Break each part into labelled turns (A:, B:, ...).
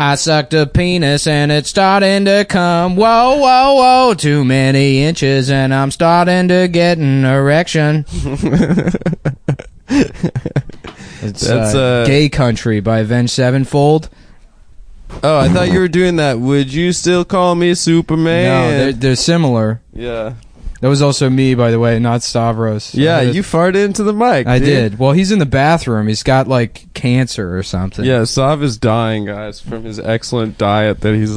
A: I sucked a penis and it's starting to come. Whoa, whoa, whoa. Too many inches and I'm starting to get an erection. it's
B: That's,
A: uh,
B: uh,
A: Gay Country by Avenged Sevenfold.
B: Oh, I thought you were doing that. Would you still call me
A: No, they're,
B: Superman?
A: they're similar.
B: yeah.
A: That was also me, by the way, not Stavros.
B: Yeah,
A: I did-
B: you farted into the mic.
A: I
B: dude.
A: did. Well, he's in the bathroom. He's got like cancer or something.
B: Yeah, Sav is dying, guys, from his excellent diet that he's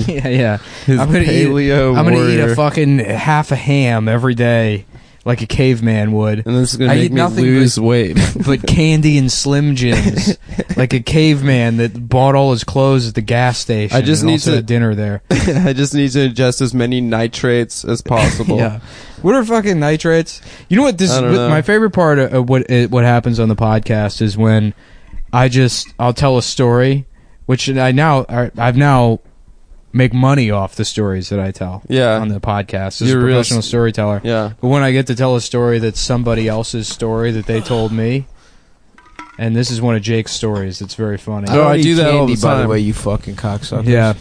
A: yeah, yeah.
B: His paleo
A: eat, I'm gonna eat a
B: warrior.
A: fucking half a ham every day, like a caveman would.
B: And this is gonna
A: I
B: make
A: eat
B: me
A: nothing
B: lose weight.
A: but candy and Slim Jims, like a caveman that bought all his clothes at the gas station.
B: I just
A: and
B: need
A: also
B: to-
A: had dinner there.
B: I just need to ingest as many nitrates as possible.
A: yeah. What are fucking nitrates? You know what? This
B: I don't
A: what-
B: know.
A: my favorite part of of what it, what happens on the podcast is when I just I'll tell a story, which I now I- I've now make money off the stories that I tell.
B: Yeah.
A: on the podcast as
B: You're
A: a
B: a real
A: professional
B: s-
A: storyteller.
B: Yeah.
A: But when I get to tell a story that's somebody else's story that they told me, and this is one of Jake's stories that's very funny.
B: No, I do that all the
C: By the
B: time.
C: way, you fucking cocksucker.
A: Oh, yeah,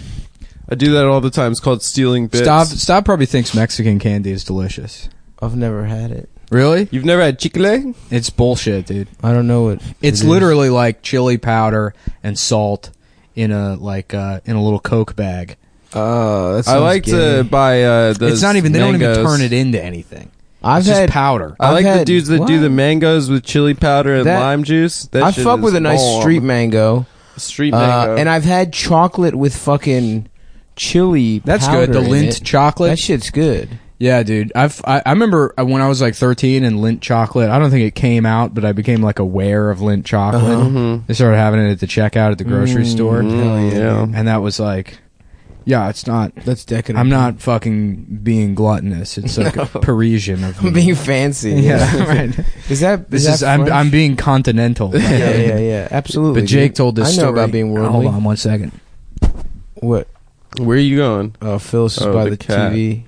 B: I do that all the time. It's called stealing bits.
A: Stav, Stav probably thinks Mexican candy is delicious.
C: I've never had it.
A: Really?
B: You've never had chicle?
A: It's bullshit, dude.
C: I don't know what.
A: It's
C: it is.
A: literally like chili powder and salt in a like uh, in a little Coke bag.
C: Oh, that
B: I
C: sounds
B: like to
C: gay.
B: buy uh, those
A: it's not even they
B: mangoes.
A: don't even turn it into anything.
C: I've
A: It's
C: had.
A: just powder.
B: I
C: I've
B: like the
C: had-
B: dudes that do
C: what?
B: the mangoes with chili powder and
C: That-
B: lime juice. That
C: I
B: shit
C: fuck
B: is
C: with a nice
B: bomb.
C: street mango,
B: street mango.
C: uh, and I've had chocolate with fucking chili.
A: That's good.
C: powder
A: The
C: in
A: lint
C: it.
A: chocolate.
C: That shit's good.
A: yeah, dude. I've I, I remember when I was like 13 and lint chocolate. I don't think it came out, but I became like aware of lint chocolate.
C: Mm-hmm.
A: They started having it at the checkout at the grocery store,
B: Mm, yeah.
A: and that was like, yeah, it's not.
C: That's decadent.
A: I'm not fucking being gluttonous. It's like Parisian of me.
C: I'm being fancy.
A: yeah, right.
C: Is that
A: This
C: that
A: is I'm
C: French?
A: I'm being continental.
C: Yeah, yeah, yeah. Absolutely.
A: But Jake
C: dude.
A: told this
C: I know
A: story.
C: about being worldly.
A: Hold on one second.
C: What?
B: Where are you going,
C: Oh, Phyllis is
B: Oh,
C: by
B: the
C: the,
B: cat.
C: TV.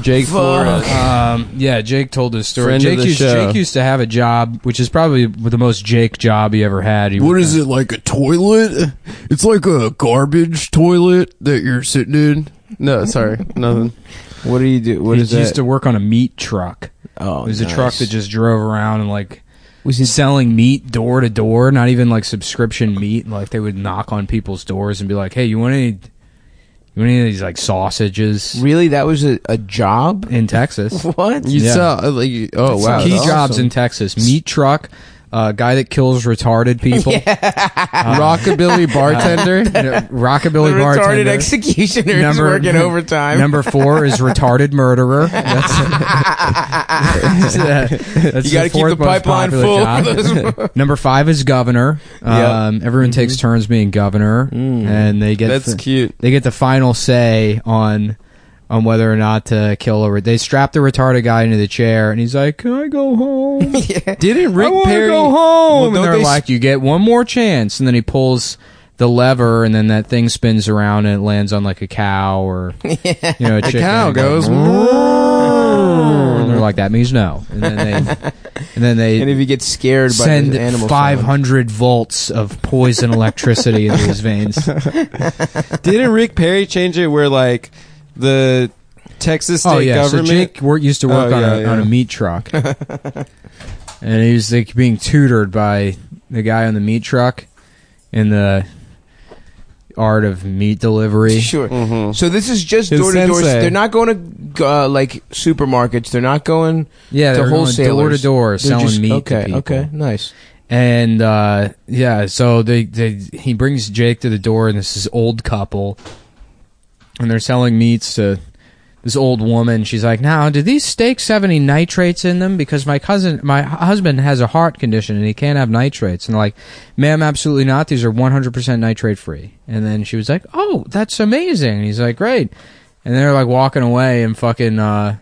B: Jake Flores?
A: Um, yeah, Jake told this story.
B: Friend of
A: Jake,
B: the
A: used,
B: show.
A: Jake used to have a job, which is probably the most Jake job he ever had. He
D: What is it like a toilet? It's like a garbage toilet that you're sitting in.
B: No, sorry, nothing.
C: What do you do? What
A: he
C: is
A: used
C: that?
A: to work on a meat truck.
C: oh,
A: it was a truck that just drove around and like
C: was it
A: selling meat door to door, not even like subscription meat. Like they would knock on people's doors and be like, "Hey, you want any? You want any of these like sausages
C: really that was a, a job?
A: in Texas?"
C: What?
B: You
A: Yeah.
C: uh,
B: saw, like, you- oh wow,
A: key
B: that's
A: jobs
B: awesome.
A: in Texas. Meat truck, uh, guy that kills retarded people,
B: rockabilly bartender.
A: Yeah, rockabilly
C: the retarded
A: bartender.
C: executioner is working overtime.
A: Number four is retarded murderer. That's,
C: You gotta keep the pipeline full.
A: Number five is governor.
C: Yeah.
A: Um, Everyone takes
C: Mm-hmm.
A: turns being governor,
C: Mm.
A: and they get
B: That's
A: the-
B: cute.
A: They get the final say on on whether or not to kill a. Re- they strap the retarded guy into the chair, and he's like, "Can I go home?"
B: Didn't
A: I
B: Rick
A: want to
B: Perry
A: go home.
B: Well,
A: and
B: don't
A: they're
B: they s-
A: like, you get one more chance. And then he pulls the lever, and then that thing spins around and it lands on like a cow or you know a chicken.
B: cow
A: And
B: goes.
A: like,
B: "Whoa."
A: and they're like, that means no. And then they, and then they
C: And if you get scared by the
A: send
C: animal,
A: 500 volts of poison electricity into his veins.
B: Didn't Rick Perry change it where like the Texas state
A: oh yeah,
B: government?
A: so Jake wor- used to work
B: Oh,
A: on, a,
B: yeah,
A: on a
B: yeah.
A: meat truck, and he was like being tutored by the guy on the meat truck in the art of meat delivery.
C: Sure.
B: Mm-hmm.
C: So this is just
B: His
C: door to door.
B: sensei.
C: They're not going to uh, like supermarkets. They're not going
A: Yeah,
C: to
A: they're going
C: wholesalers.
A: door to door
C: They're
A: selling
C: just-
A: meat to
C: Okay.
A: people.
C: Okay. Nice.
A: And uh, yeah, so they, they he brings Jake to the door, and this is old couple, and they're selling meats to this old woman. She's like, "Now, do these steaks have any nitrates in them? Because my cousin, my hu- husband, has a heart condition and he can't have nitrates." And they're like, "Ma'am, absolutely not. These are 100% nitrate free." And then she was like, "Oh, that's amazing." And he's like, "Great." And they're like walking away and fucking. uh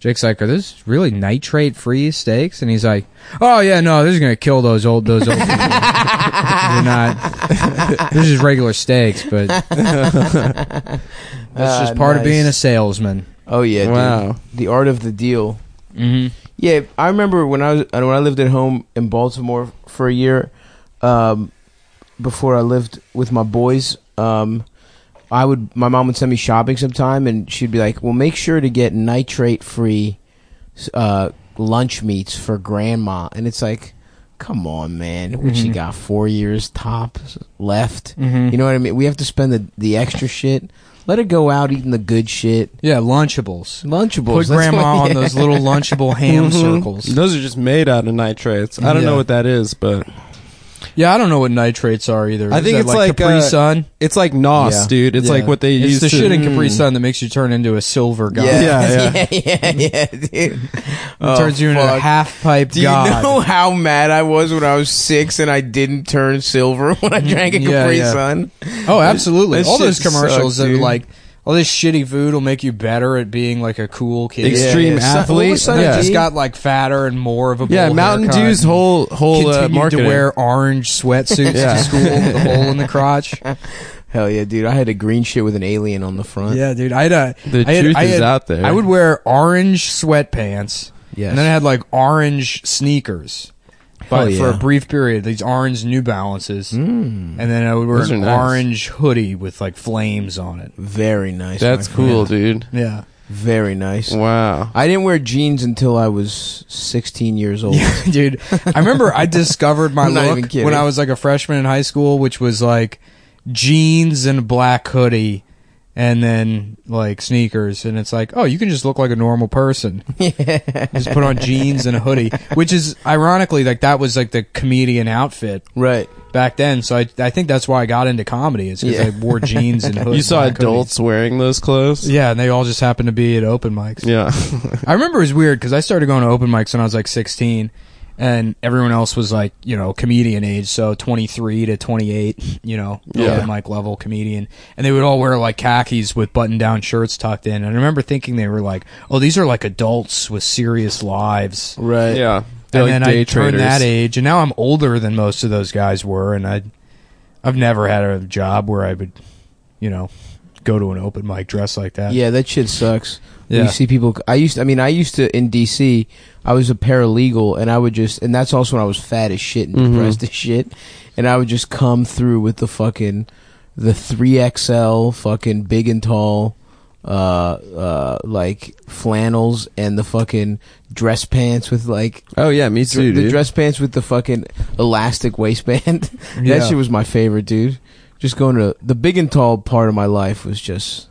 A: Jake's like, are these really nitrate free steaks? And he's like, oh yeah, no, this is gonna kill those old those old people. They're not. This is regular steaks, but that's just
C: Ah,
A: part of
C: nice.
A: being a salesman.
C: Oh yeah, dude.
B: Wow.
C: The art of the deal.
A: Mm-hmm.
C: Yeah, I remember when I was uh, when I lived at home in Baltimore for a year. Um, before I lived with my boys, um, I would my mom would send me shopping sometime, and she'd be like, "Well, make sure to get nitrate free uh, lunch meats for grandma." And it's like, "Come on, man!
A: Mm-hmm.
C: What she got? Four years tops left?
A: Mhm.
C: You know what I mean? We have to spend the the extra shit. Let her go out eating the good shit."
A: Yeah, Lunchables.
C: Lunchables.
A: Put
C: that's
A: grandma
C: what- Mm-hmm.
A: on those little Lunchable ham circles.
B: Mm-hmm. Those are just made out of nitrates. I don't
A: Yeah.
B: know what that is, but
A: Yeah, I don't know what nitrates are either.
B: I
A: Is
B: think
A: that
B: it's
A: like
B: like,
A: Capri
B: uh,
A: Sun.
B: it's like nos,
C: Yeah.
B: dude. It's
A: Yeah.
B: like what they
A: It's
B: use.
A: the
B: to, Mm.
A: shit in Capri Sun that makes you turn into a silver god.
C: Yeah,
A: It
B: Yeah,
C: yeah, yeah, yeah, dude. Oh,
A: turns you into a
C: fuck.
A: half pipe
C: Do you
A: god.
C: know how mad I was when I was six and I didn't turn silver when I drank a Capri
A: Yeah, yeah.
C: Sun?
A: Oh, absolutely.
B: that
A: all those
B: shit
A: commercials
B: sucks,
A: that
B: dude.
A: like all this shitty food will make you better at being like a cool kid.
B: Extreme
C: Yeah, yeah. Sun- what
B: athlete.
C: was Sun
A: yeah.
C: D?
A: just got like fatter and more of a
B: yeah,
A: bowl
B: Mountain
A: haircut
B: Dew's
A: and
B: whole whole uh,
A: continued
B: marketing.
A: to wear orange sweatsuits
B: Yeah.
A: to school with a hole in the crotch.
C: Hell yeah, dude! I had a green shit with an alien on the front.
A: Yeah, dude. I had a
B: The
A: I had-
B: truth
A: I
B: is
A: had-
B: out there.
A: I would wear orange sweatpants.
C: Yes.
A: and then I had like orange sneakers.
C: Hell
A: But for
C: yeah.
A: a brief period, these orange New Balances, mm. and then I would wear
B: Those are
A: an
B: nice.
A: orange hoodie with like flames on it.
C: very nice.
B: That's
C: my friend.
B: cool, dude.
A: Yeah,
C: Very nice.
B: Wow.
C: I didn't wear jeans until I was 16 years old.
A: Yeah, dude. I remember I discovered my
C: I'm not even
A: look
C: kidding.
A: when I was like a freshman in high school, which was like jeans and a black hoodie and then like sneakers and it's like oh you can just look like a normal person just put on jeans and a hoodie which is ironically like that was like the comedian outfit
C: Right.
A: back then so i, I think that's why i got into comedy is because
C: Yeah.
A: i wore jeans and hoodies
B: You saw
A: black hoodies.
B: adults wearing those clothes.
A: yeah and they all just happened to be at open mics
B: Yeah.
A: I remember it was weird because I started going to open mics when I was like 16, and everyone else was like, you know, comedian age, so 23 to 28, you know,
B: Yeah.
A: open mic level comedian. And they would all wear like khakis with button down shirts tucked in. And I remember thinking they were like, oh, these are like adults with serious lives.
C: Right.
B: yeah.
A: and
B: They're like
A: then
B: day
A: I turned
B: traders.
A: that age, and now I'm older than most of those guys were, and I, I've never had a job where I would, you know, go to an open mic dressed like that.
C: Yeah, that shit sucks.
A: Yeah.
C: You see people. I used. I mean, I used to in DC. I was a paralegal, and I would just. And that's also when I was fat as shit and
A: Mm-hmm.
C: depressed as shit. And I would just come through with the fucking, the three XL fucking big and tall, uh, uh, like flannels and the fucking dress pants with like
B: Oh yeah, me
C: dr-
B: too,
C: the
B: dude.
C: dress pants with the fucking elastic waistband. that
A: Yeah.
C: shit was my favorite, dude. Just going to the big and tall part of my life was just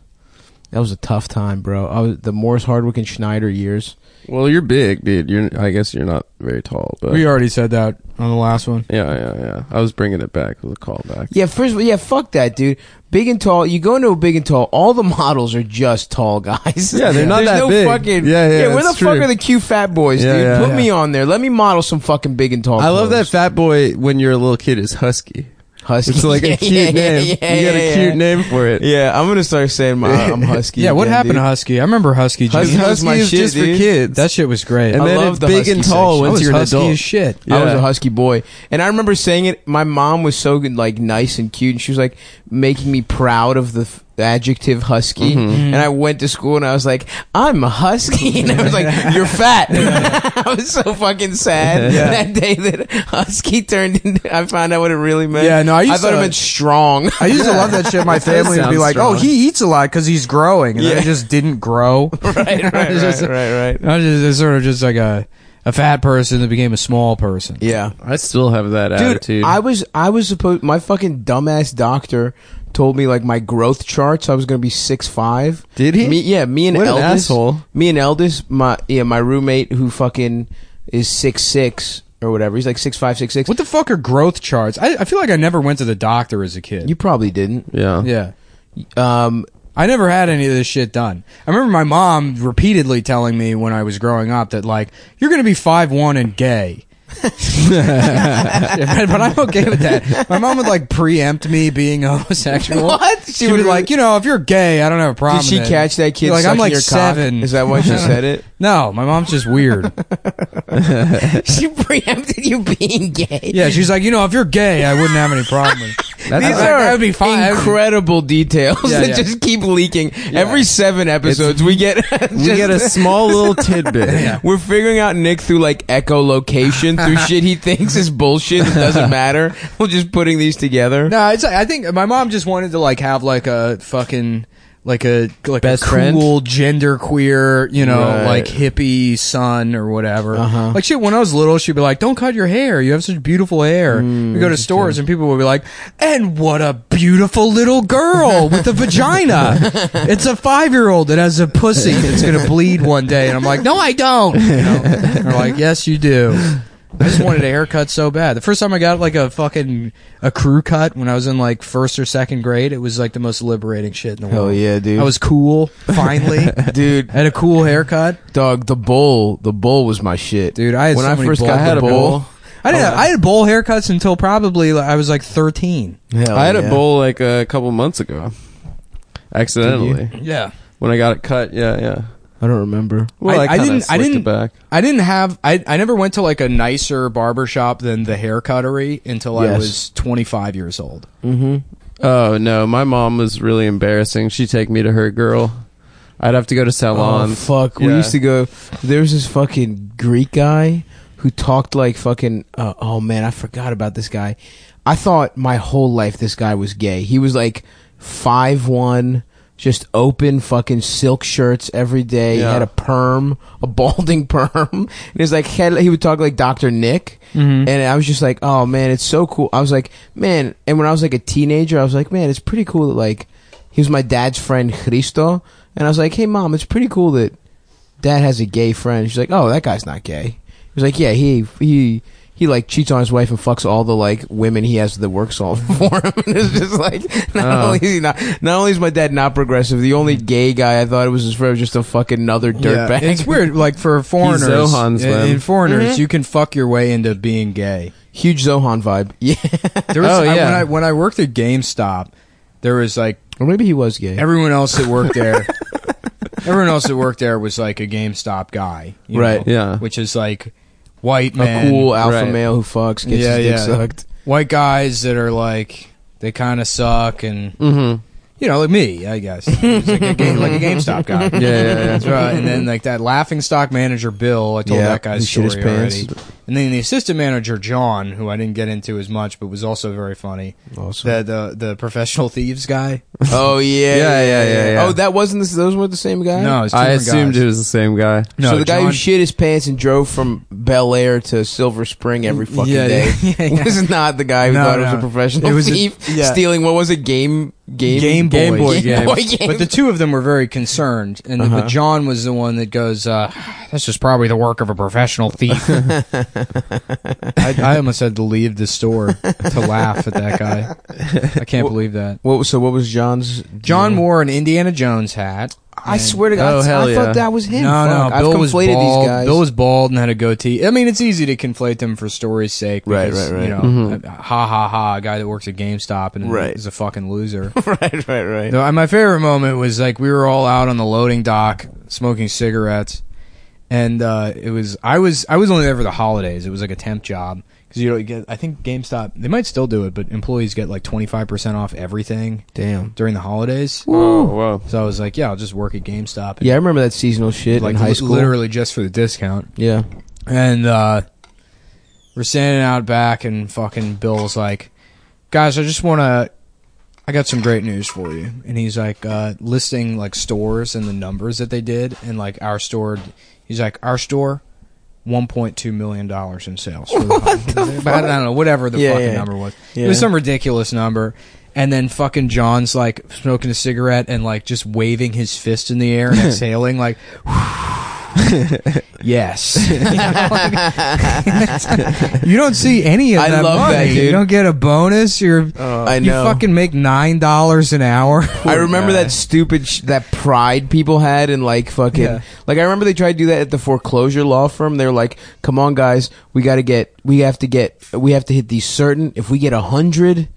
C: that was a tough time, bro. I was the Morris Hardwick and Schneider years.
B: Well, you're big, dude. You're. I guess you're not very tall, but
A: We already said that on the last one.
B: Yeah, yeah, yeah. I was bringing it back with a callback.
C: Yeah, first of all, yeah, fuck that, dude. Big and tall. You go into a big and tall. All the models are just tall guys.
B: Yeah, they're not
C: There's
B: that
C: no
B: big.
C: Fucking,
B: Yeah, yeah,
C: Where the
B: that's
C: fuck
B: true.
C: are the cute fat boys,
B: Yeah,
C: dude?
B: yeah,
C: Put
B: yeah.
C: me on there. Let me model some fucking big and tall.
B: I love that
C: clothes.
B: fat boy when you're a little kid is husky.
C: husky.
B: It's like
C: Yeah,
B: a cute
C: yeah,
B: name.
C: yeah,
B: you got
C: yeah,
B: a cute
C: yeah.
B: name for it.
C: Yeah, I'm gonna start saying my I'm husky.
A: Yeah, what
C: again,
A: happened
C: dude.
A: to Husky? I remember Husky.
C: Husky
A: Husky
C: was
B: husky
C: my
B: is
C: shit,
B: just
C: dude.
B: for kids.
A: that shit was great.
B: and
C: I
B: then
C: love
B: it's
C: the
B: big and
C: husky
B: tall
C: section.
A: I
B: once
A: was
B: you're an
A: husky
B: adult.
A: as shit.
C: I was
B: Yeah.
C: a husky boy, and I remember saying it. My mom was so good, like nice and cute, and she was like making me proud of the, f- the adjective husky.
A: Mm-hmm.
C: And I went to school, and I was like, "I'm a husky," and I was like, "You're fat." I was so fucking sad
B: Yeah.
C: that day that husky turned into. I found out what it really meant.
A: Yeah, no, I used
C: thought
A: to-
C: it meant strong.
A: I used to love that shit. My family would be
B: sound
A: like, "Oh,
B: strong.
A: he eats a lot because he's growing," and I
C: Yeah.
A: just didn't grow.
C: right, right,
A: I was just-
C: right, right, right.
A: I was just sort of just like a a fat person that became a small person.
C: Yeah.
B: I still have that attitude.
C: I was I was supposed my fucking dumbass doctor told me like my growth charts I was gonna be six five.
B: Did he?
C: Me, yeah, me and
B: What an
C: Eldest.
B: asshole.
C: Me and Eldest, my yeah, my roommate who fucking is six six or whatever. He's like six five, six six.
A: What the fuck are growth charts? I, I feel like I never went to the doctor as a kid.
C: you probably didn't.
B: yeah.
A: yeah,
C: Um
A: I never had any of this shit done. I remember my mom repeatedly telling me when I was growing up that like you're going to be five one and gay. but, but I'm okay with that. My mom would like preempt me being homosexual.
C: What?
A: She,
C: She
A: would be
C: would-
A: like, you know, if you're gay, I don't have a problem.
C: Did she
A: with it."
C: catch that kid?
A: Like I'm
C: sucking
A: like
C: your
A: seven.
C: Cock? Is that why she said it?
A: No, my mom's just weird.
C: she preempted you being gay.
A: yeah, she's like, you know, if you're gay, I wouldn't have any problem. with it."
C: These
A: That-
C: are
A: that would be fine. That would be-
C: incredible details
A: Yeah,
C: that
A: yeah.
C: just keep leaking. Every seven episodes, we get
B: We get a small little tidbit.
C: We're figuring out Nick through like echolocation, through shit he thinks is bullshit that doesn't matter. We're just putting these together.
A: No, it's. I think my mom just wanted to like have like a fucking like a like
B: Best
A: a
B: friend?
A: cool gender queer, you know,
C: Right.
A: like hippie son or whatever. Like shit. When I was little, she'd be like, "Don't cut your hair. You have such beautiful hair." we go to stores and people would be like, "And what a beautiful little girl with a vagina. It's a five year old that has a pussy that's gonna bleed one day." And I'm like, "No, I don't." You know? They're like, "Yes, you do." I just wanted a haircut so bad. The first time I got like a fucking a crew cut when I was in like first or second grade, it was like the most liberating shit in the
C: Hell
A: world.
C: yeah, dude.
A: I was cool finally.
C: dude,
A: had a cool haircut,
C: dog. The bowl, the bowl was my shit,
A: dude. I had
C: when
A: so
C: I
A: many
C: first
A: bowl-
C: got
A: I had
C: the
A: a
C: bowl.
A: I
C: Oh,
A: didn't. I had bowl haircuts until probably like, I was like thirteen.
C: Hell
B: I had
C: yeah.
B: a bowl like a couple months ago, accidentally
A: Yeah.
B: when I got it cut. Yeah, yeah.
C: I don't remember.
B: Well,
A: I-
B: I,
A: I
B: kinda
A: didn't- I
B: slicked
A: didn't-
B: It back.
A: I didn't have I, I never went to like a nicer barber shop than the haircuttery until I
C: Yes.
A: was 25 years old.
B: Oh no, my mom was really embarrassing. She'd take me to her girl. I'd have to go to
C: Oh,
B: salons.
C: fuck. We
B: Yeah.
C: used to go. There was this fucking Greek guy who talked like fucking. Uh, oh man, I forgot about this guy. I thought my whole life this guy was gay. He was like five one, just open fucking silk shirts every day. He
B: Yeah.
C: had a perm, a balding perm, and he's like hell- he would talk like Doctor Nick. And I was just like, oh man, it's so cool. I was like, man. And when I was like a teenager, I was like, man, it's pretty cool that like he was my dad's friend Cristo, and I was like, "Hey, mom, it's pretty cool that dad has a gay friend." She's like, "Oh, that guy's not gay." He was like, "Yeah, he he he like cheats on his wife and fucks all the like women he has that works all for him." and it's just like not only is he not not only is my dad not progressive, the only gay guy I thought it was his friend was just a fucking another dirtbag.
A: It's weird like for foreigners
B: Zohan
A: in,
B: Slim.
A: in foreigners you can fuck your way into being gay.
C: Huge Zohan vibe. Yeah,
A: There was,
B: Oh,
A: I-
B: yeah.
A: when, I, when I worked at GameStop, there was like
C: or maybe he was gay.
A: everyone else that worked there. everyone else that worked there was like a GameStop guy, you
C: Right,
A: know,
B: yeah.
A: Which is like white
C: a
A: man,
C: cool alpha
B: right.
C: male who fucks gets
A: yeah,
C: his dick
A: yeah,
C: sucked.
A: white guys that are like they kind of suck and
C: Mm.
B: Mm-hmm.
A: you know, like me, I guess, It's like a, game, like a GameStop guy. yeah,
B: yeah, yeah.
A: That's right. And then like that laughing stock manager Bill, I told
C: Yeah,
A: that guy's
C: he shit
A: story
C: his pants.
A: already. And then the assistant manager John, who I didn't get into as much, but was also very funny.
C: Awesome.
A: The the the professional thieves guy.
C: Oh
B: Yeah,
C: yeah,
B: yeah, yeah, yeah.
C: Oh, that wasn't this, those weren't the same guy.
A: No, it's two
B: I
A: different
B: assumed
A: guys.
B: it was the same guy.
A: No,
C: so the guy who
A: John-
C: shit his pants and drove from Bel Air to Silver Spring every fucking
A: yeah,
C: day
A: yeah, yeah, yeah.
C: was not the guy who
A: No,
C: thought it was
A: no.
C: a professional
A: It was a-
C: thief
A: yeah.
C: stealing what was it game game
A: Game Boy.
C: Game Boy
A: games. Uh-huh. But the
C: games.
A: two of them were very concerned, and but John was the one that goes, uh, "This is probably the work of a professional thief." I, I almost had to leave the store to laugh at that guy. I can't believe that.
C: what was so what was John's
A: John wore an Indiana Jones hat.
C: I swear to God,
B: Oh,
C: I
B: hell yeah.
C: thought that was him.
A: No,
C: Fuck,
A: no,
C: I've
A: Bill was
C: conflated
A: bald.
C: these guys.
A: Bill was bald and had a goatee. I mean, it's easy to conflate them for story's sake.
C: Right,
A: because,
C: right, right.
A: You know,
C: Mm-hmm.
A: ha ha ha, a guy that works at GameStop and
C: Right.
A: is a fucking loser.
C: right, right, right.
A: No, my favorite moment was like we were all out on the loading dock smoking cigarettes, and uh, it was I was I was only there for the holidays. It was like a temp job because you know you get, I think GameStop they might still do it, but employees get like twenty five percent off everything
C: Damn.
A: during the holidays.
B: Oh wow.
A: So I was like, yeah, I'll just work at GameStop. And
C: Yeah, I remember that seasonal shit
A: like
C: in high
A: li-
C: school.
A: literally just for the discount
C: Yeah.
A: and uh, we're standing out back, and fucking Bill's like, "Guys, I just want to. I got some great news for you." And he's like uh, listing like stores and the numbers that they did, and like our store. He's like, "Our store." One point two million dollars in sales. For the holiday." But I don't know, whatever the
C: Yeah,
A: fucking
C: yeah.
A: number was. It
C: Yeah.
A: was some ridiculous number. And then fucking John's like smoking a cigarette and like just waving his fist in the air and exhaling like
C: yes.
A: You don't see any of
C: I
A: that
C: love
A: money.
C: that,
A: You
C: dude. Oh,
A: don't get a bonus. You're
C: I
A: you
C: know.
A: fucking make nine dollars an hour.
C: I remember that stupid sh- that pride people had and like fucking
A: Yeah.
C: like I remember they tried to do that at the foreclosure law firm. They were like, "Come on, guys, we got to get we have to get we have to hit these certain. If we get a hundred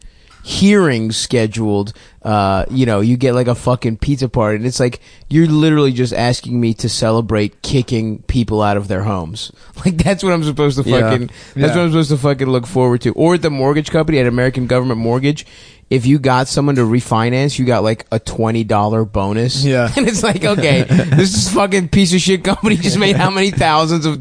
C: hearings scheduled, uh, you know, you get like a fucking pizza party." And it's like you're literally just asking me to celebrate kicking people out of their homes. Like that's what I'm supposed to
B: Yeah.
C: fucking
A: Yeah.
C: that's what I'm supposed to fucking look forward to. Or at the mortgage company at American Government Mortgage, if you got someone to refinance, you got like a twenty dollar bonus.
D: Yeah.
C: and it's like, okay, this is fucking piece of shit company just made how many thousands of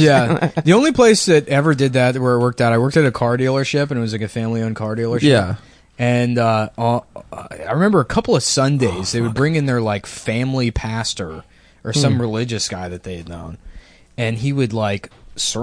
A: Yeah. the only place that ever did that where I worked at, I worked at a car dealership and it was like a family owned car dealership.
B: Yeah.
A: And uh, uh, I remember a couple of Sundays they would bring in their like family pastor or some
B: Hmm.
A: religious guy that they had known, and he would like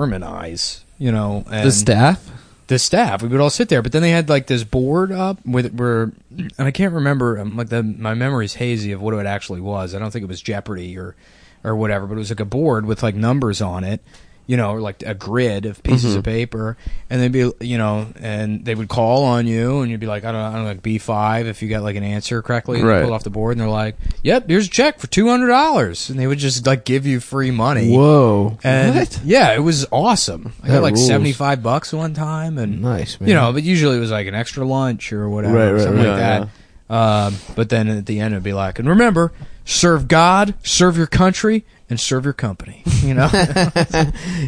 A: sermonize, you know, and
B: the staff.
A: the staff. We would all sit there, but then they had like this board up with where, and I can't remember. um, Like the my memory's hazy of what it actually was. I don't think it was Jeopardy or or whatever, but it was like a board with like numbers on it. You know, or like a grid of pieces of paper, and they'd be, you know, and they would call on you, and you'd be like, I don't, know, I don't know, like B five if you got like an answer correctly, and you
B: Right.
A: pulled off the board, and they're like, Yep, here's a check for two hundred dollars, and they would just like give you free money.
C: Whoa.
A: And yeah, it was awesome. I got
C: That
A: like
C: rules.
A: 75 bucks one time and
C: Nice,
A: You
C: man.
A: know, but usually it was like an extra lunch or whatever,
B: Right, right,
A: something like
B: right,
A: that.
B: yeah.
A: Um, but then at the end it'd be like, and remember, serve God, serve your country, and serve your company. You know?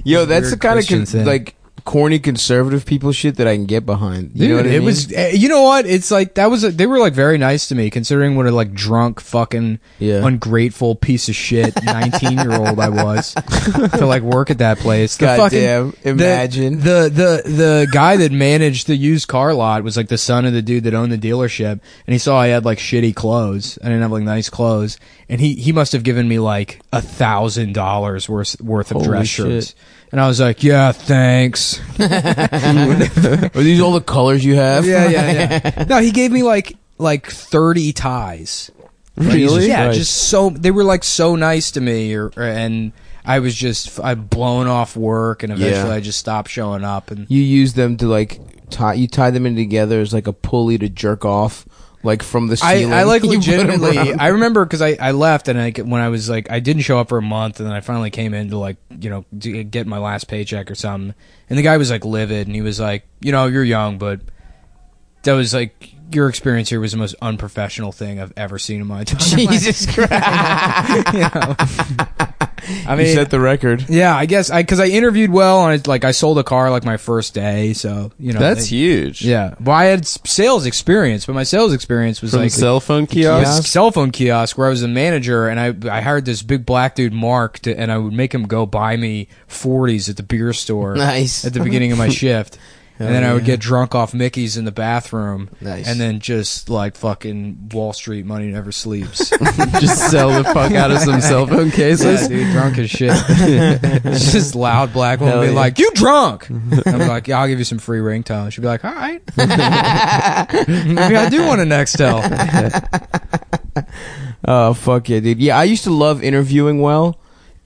C: Yo, that's the
A: Weird
C: kind
A: Christian
C: of
A: thing.
C: con- like corny conservative people shit that I can get behind. You know what I
A: it
C: mean?
A: was. eh, You know what? It's like that was. A, they were like very nice to me, considering what a like drunk, fucking,
C: Yeah.
A: ungrateful piece of shit, nineteen year old I was to like work at that place. The fucking-
C: Goddamn,
A: the-
C: imagine.
A: the, the the guy that managed the used car lot was like the son of the dude that owned the dealership, and he saw I had like shitty clothes. I didn't have like nice clothes, and he he must have given me like a thousand dollars worth worth of dress shirts. And I was like, yeah, thanks.
C: Are these all the colors you have?
A: Yeah, yeah, yeah. no, he gave me like like thirty ties.
C: Really?
A: Yeah,
C: Christ.
A: just so they were like so nice to me, or, or- and I was just I blown off work, and eventually
C: Yeah.
A: I just stopped showing up. And
C: you use them to like tie you tie them in together as like a pulley to jerk off like from the
A: I,
C: ceiling.
A: I like
C: You put 'em
A: legitimately.
C: around.
A: I remember because I, I left and I when I was like I didn't show up for a month and then I finally came in to like you know to get my last paycheck or something and the guy was like livid and he was like you know you're young but that was like your experience here was the most unprofessional thing I've ever seen in my time.
C: Jesus Christ.
A: You know? I
C: you
A: mean,
C: set the record.
A: yeah, I guess I because I interviewed well and I, like I sold a car like my first day, so you know
B: That's
A: they-
B: huge.
A: Yeah, well, I had s- sales experience, but my sales experience was
B: From
A: like
B: cell phone
A: a
B: kiosk.
A: cell phone kiosk where I was a manager, and I I hired this big black dude Mark, to, and I would make him go buy me forties at the beer store.
C: Nice.
A: at the beginning of my shift.
B: Oh,
A: And then I would get drunk off Mickey's in the bathroom,
C: Nice.
A: and then just like fucking Wall Street money never sleeps.
B: Just sell the fuck out of some cell phone
A: Yeah,
B: cases.
A: dude, drunk as shit. It's just loud black woman
C: Hell
A: be
C: yeah.
A: like, "You drunk?" And I'm like, "Yeah, I'll give you some free ringtone." She'd be like, "All right, maybe I do want a Nextel."
C: Oh fuck yeah, dude. Yeah, I used to love interviewing well,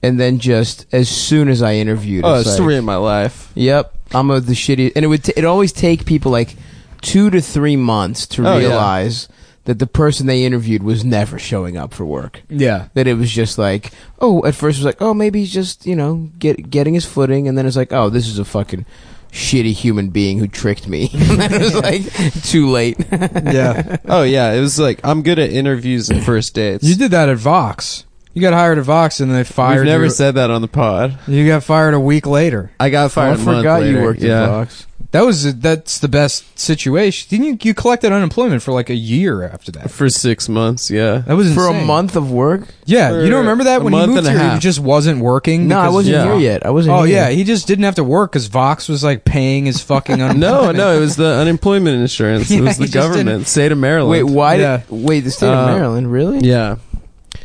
C: and then just as soon as I interviewed,
B: Oh,
C: it's like,
B: story of my life.
C: Yep, I'm a, the shitty, and it would t- it always take people like two to three months to
B: Oh, yeah.
C: realize that the person they interviewed was never showing up for work.
A: yeah,
C: That it was just like, oh, at first it was like, oh, maybe he's just you know get getting his footing, and then it's like, oh, this is a fucking shitty human being who tricked me. and then it was like too late.
A: yeah.
B: Oh yeah, it was like I'm good at interviews and first dates.
A: You did that at Vox. You got hired at Vox, and they
B: I've
A: fired.
B: never
A: you.
B: said that on the pod.
A: you got fired a week later.
B: I got
C: Oh, I
B: fired. a month
C: forgot you
B: later.
C: worked
B: yeah.
C: at Fox.
A: That was that's the best situation. Didn't you? You collected unemployment for like a year after that.
B: for six months. Yeah,
A: That was
C: For a
A: insane.
C: month of work?
A: Yeah, you
B: For
A: don't remember that
B: a
A: when he
B: month
A: moved
B: and a
A: here, he
B: half.
A: just wasn't working.
C: No, I
A: because-
C: wasn't
B: Yeah.
C: here yet. I wasn't.
A: Oh
C: here.
A: yeah, he just didn't have to work because Vox was like paying his fucking
B: no,
A: unemployment.
B: no, it was the unemployment insurance.
A: Yeah,
B: it was
A: you
B: the
A: just didn't-
B: government, state of Maryland.
C: Wait, why?
A: Yeah.
C: Did, wait, the state
B: Uh,
C: of Maryland, really?
B: Yeah.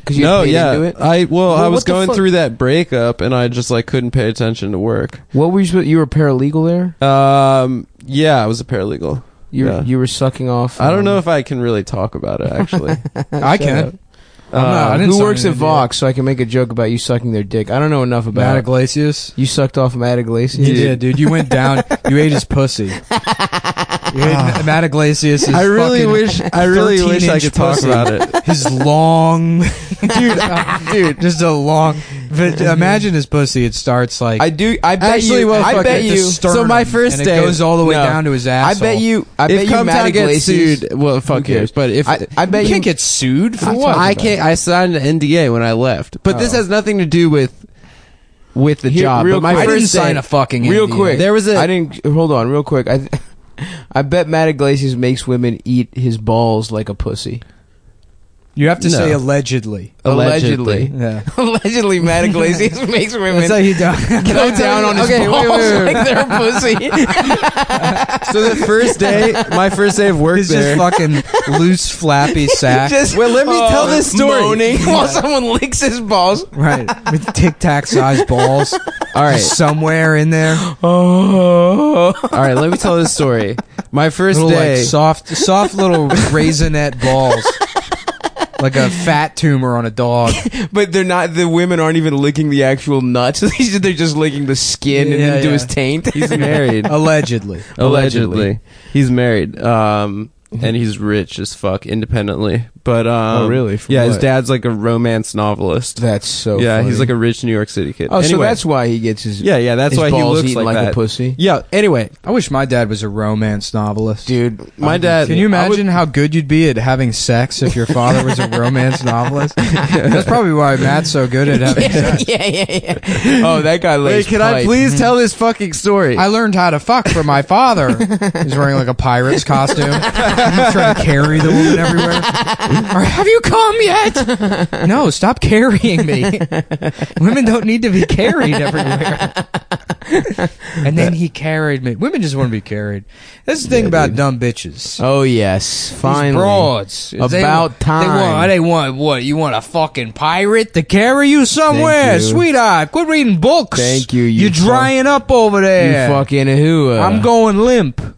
C: Because you
B: no,
C: paid
B: yeah.
C: into it.
B: I well, I
C: Well,
B: was
C: what the
B: going
C: fuck-
B: through that breakup, and I just like couldn't pay attention to work.
C: What were you? supposed- You were paralegal there.
B: Um, yeah, I was a paralegal.
C: You were
B: Yeah.
C: you were sucking off.
B: I don't
C: um,
B: know if I can really talk about it actually.
A: I can. I'm not- Uh, I didn't
C: uh, who
A: sign
C: works
A: an
C: at
A: NDA.
C: Vox so I can make a joke about you sucking their dick? I don't know enough about
A: Matt
C: it.
A: Iglesias.
C: You sucked off Matt Iglesias?
A: You did, dude. You went down. you ate his pussy. You ate Ma- Matt Iglesias.
B: Ah. I really wish. I really wish I could talk about it.
A: His long, dude, uh, dude, just a long. But imagine his pussy. It starts like
C: I do. I bet
A: Actually,
C: you.
A: well,
C: I
A: fuck
C: bet
A: it,
C: you.
A: the sternum,
C: so my first
A: and it
C: day
A: goes all the way
C: No.
A: down to his
C: I
A: asshole.
C: bet you. I bet
B: If
C: you. Matt
B: Compton gets
C: Iglesias.
B: sued, well, fuck
C: cares?
B: cares? But if
C: I, I bet
A: you
C: you.
A: can't get sued for
B: I-
A: what?
B: I can't. I signed an NDA when I left, but this
A: Oh.
B: has nothing to do with with the
C: Here,
B: job.
C: real
B: But my
C: quick.
A: I
B: first
A: didn't
B: day-
A: sign a fucking
C: real
A: NDA.
C: quick.
B: There was a-
C: I didn't. Hold on, real quick. I. I bet Matt Iglesias makes women eat his balls like a pussy.
A: You have to
B: No.
A: say allegedly.
C: Allegedly.
A: Yeah.
C: Allegedly, Matt Iglesias makes women
A: That's how you do.
C: go down on his
B: Okay, wait,
C: balls
B: wait, wait, wait.
C: like they're pussy.
B: so the first day, my first day of work
A: It's
B: there.
A: just fucking loose flappy sack.
C: Just-
B: Well, let me tell this story.
C: Moaning while someone licks his balls.
A: right. With tic tac sized balls.
B: All right,
A: Somewhere in there.
C: Oh.
B: all right. Let me tell this story. My first
A: little
B: day.
A: like soft soft little raisinette balls. Like a fat tumor on a dog.
C: But they're not. The women aren't even licking the actual nuts. they're just licking the skin and
A: Yeah,
C: into
A: yeah.
C: his taint.
B: he's married.
A: Allegedly.
B: allegedly, he's married. Um, and he's rich as fuck, independently. But um,
C: Oh, really? From
B: yeah, his
C: what?
B: dad's like a romance novelist.
C: That's so.
B: yeah,
C: funny.
B: he's like a rich New York City kid.
C: Oh, so
B: Anyway.
C: that's why he gets his.
B: yeah, yeah. That's
C: his
B: why he
C: balls
B: looks
C: eaten
B: like,
C: like,
B: that.
C: a pussy,
B: Yeah. Anyway,
A: I wish my dad was a romance novelist.
C: dude.
B: my
C: I'm-
B: dad.
A: Can you
B: I would-
A: imagine how good you'd be at having sex if your father was a romance novelist? That's probably why Matt's so good at having sex.
C: yeah, yeah, yeah. Oh, that guy lays.
B: Wait, can I
C: pipe.
B: please tell this fucking story?
A: I learned how to fuck from my father. He's wearing like a pirate's costume. He's trying to carry the woman everywhere. Or, have you come yet? No, stop carrying me. Women don't need to be carried everywhere. and then he carried me. Women just want to be carried. That's the thing about dumb bitches.
C: Oh yes,
A: These
C: finally.
A: broads. If they
C: About
A: want- They want,
C: time.
A: they want what? You want a fucking pirate to carry you somewhere,
C: you.
A: sweetheart? Quit reading books.
C: Thank you, you
A: You're drying up over
C: You
A: there.
C: fucking who? uh,
A: I'm going limp.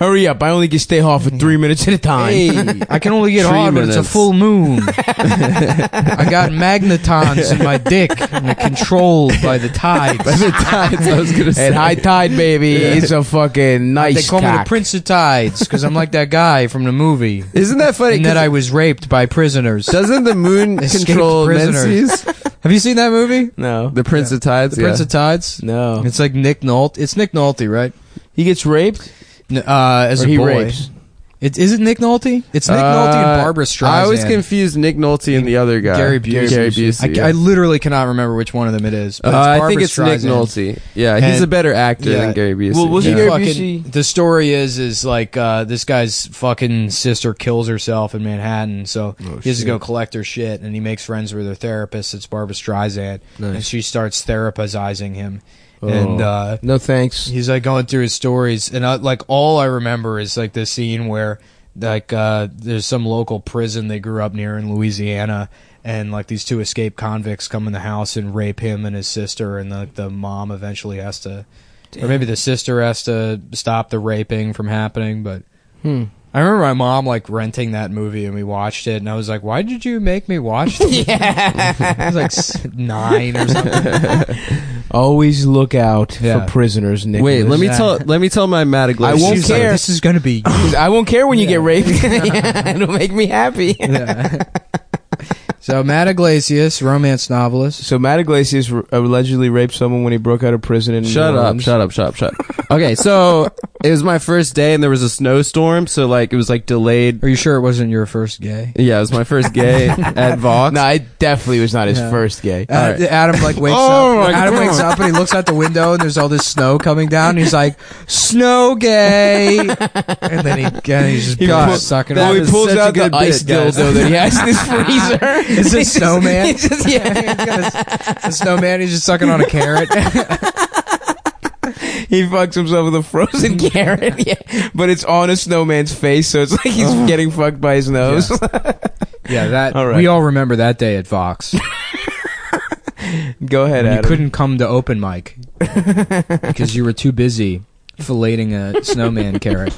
C: Hurry up! I only can stay hard for three minutes at a time.
A: Hey, I can only get
B: Three
A: hard when it's a
B: minutes.
A: full moon. I got magnetons in my dick and they're controlled by the tides.
B: I was gonna
C: At high tide, baby, it's a fucking nice.
A: they call me the
C: cock.
A: Prince of Tides because I'm like that guy from the movie.
B: Isn't that funny?
A: And that I was raped by prisoners.
B: doesn't the moon
A: Escaped
B: control
A: prisoners.
B: menses?
A: Have you seen that movie?
C: No,
B: The Prince of Tides.
A: The Prince of Tides?
B: Oh.
C: no.
A: It's like Nick Nolte. It's Nick Nolte, right?
C: He gets raped.
A: N- Uh, as
C: Or
A: a
C: he
A: boy.
C: rapes.
A: It, is it Nick Nolte? It's Nick Nolte and Barbara Streisand.
B: Uh, I always confuse Nick Nolte and the other guy,
A: Gary Busey.
B: Gary
A: I,
B: Busey.
A: I literally cannot remember which one of them it is. But
B: Uh,
A: it's
B: I think
A: Barbra
B: it's Nick
A: Streisand.
B: Nolte. Yeah, he's
A: And-
B: a better actor
A: yeah.
B: than Gary Busey.
C: Well, wasn't
B: yeah.
C: Gary
A: fucking-
C: Busey-
A: the story is is like uh, this guy's fucking sister kills herself in Manhattan, so he has to go collect her shit, and he makes friends with her therapist. It's Barbara Streisand, and she starts therapizing him, and uh,
C: No thanks.
A: he's like going through his stories, and I, like all I remember is like the scene where like uh, there's some local prison they grew up near in Louisiana. And like these two escaped convicts come in the house and rape him and his sister, and the the mom eventually has to or maybe the sister has to stop the raping from happening. But I remember my mom like renting that movie and we watched it, and I was like, "Why did you make me watch this?" yeah, I was like s- nine or something.
C: Always look out
A: Yeah.
C: for prisoners, Nick.
B: Wait, let me
A: Yeah.
B: tell let me tell my Matt
C: I
B: Iglesias.
C: won't
A: She was
C: care.
A: Like, this is gonna be.
C: I won't care when you get raped. Yeah, it'll make me happy.
A: Yeah. so Matt Iglesias, romance novelist.
C: So Matt Iglesias r- allegedly raped someone when he broke out of prison. In
B: Shut up! Shut up! Shut up! Shut up! Okay, so it was my first day, and there was a snowstorm, so like it was like delayed.
A: Are you sure it wasn't your first gay?
B: Yeah, it was my first gay at Vox.
C: No, it definitely was not his
A: Yeah.
C: first gay.
A: Uh,
B: All right.
A: Adam like wakes
B: Oh
A: up.
B: my
A: Adam
B: God.
A: wakes up and he looks out the window and there's all this snow coming down. And he's like, "Snow gay," and then he, and he's just
B: He
A: God,
B: pull-
A: sucking.
B: that
A: on
C: well,
A: it.
C: he
B: was
C: pulls
B: such a
C: out the
B: good
C: ice
B: bit, guys.
C: dildo that he has in his freezer.
A: Is this snowman?
C: It's just- yeah.
A: He's got a, a snowman. He's just sucking on a carrot.
C: He fucks himself with a frozen carrot. Yeah. But it's on a snowman's face, so it's like he's
A: Oh.
C: getting fucked by his nose.
A: yeah, that
C: All right.
A: we all remember that day at Vox.
C: Go ahead,
A: And you
C: Adam.
A: couldn't come to open mic because you were too busy filleting a snowman carrot.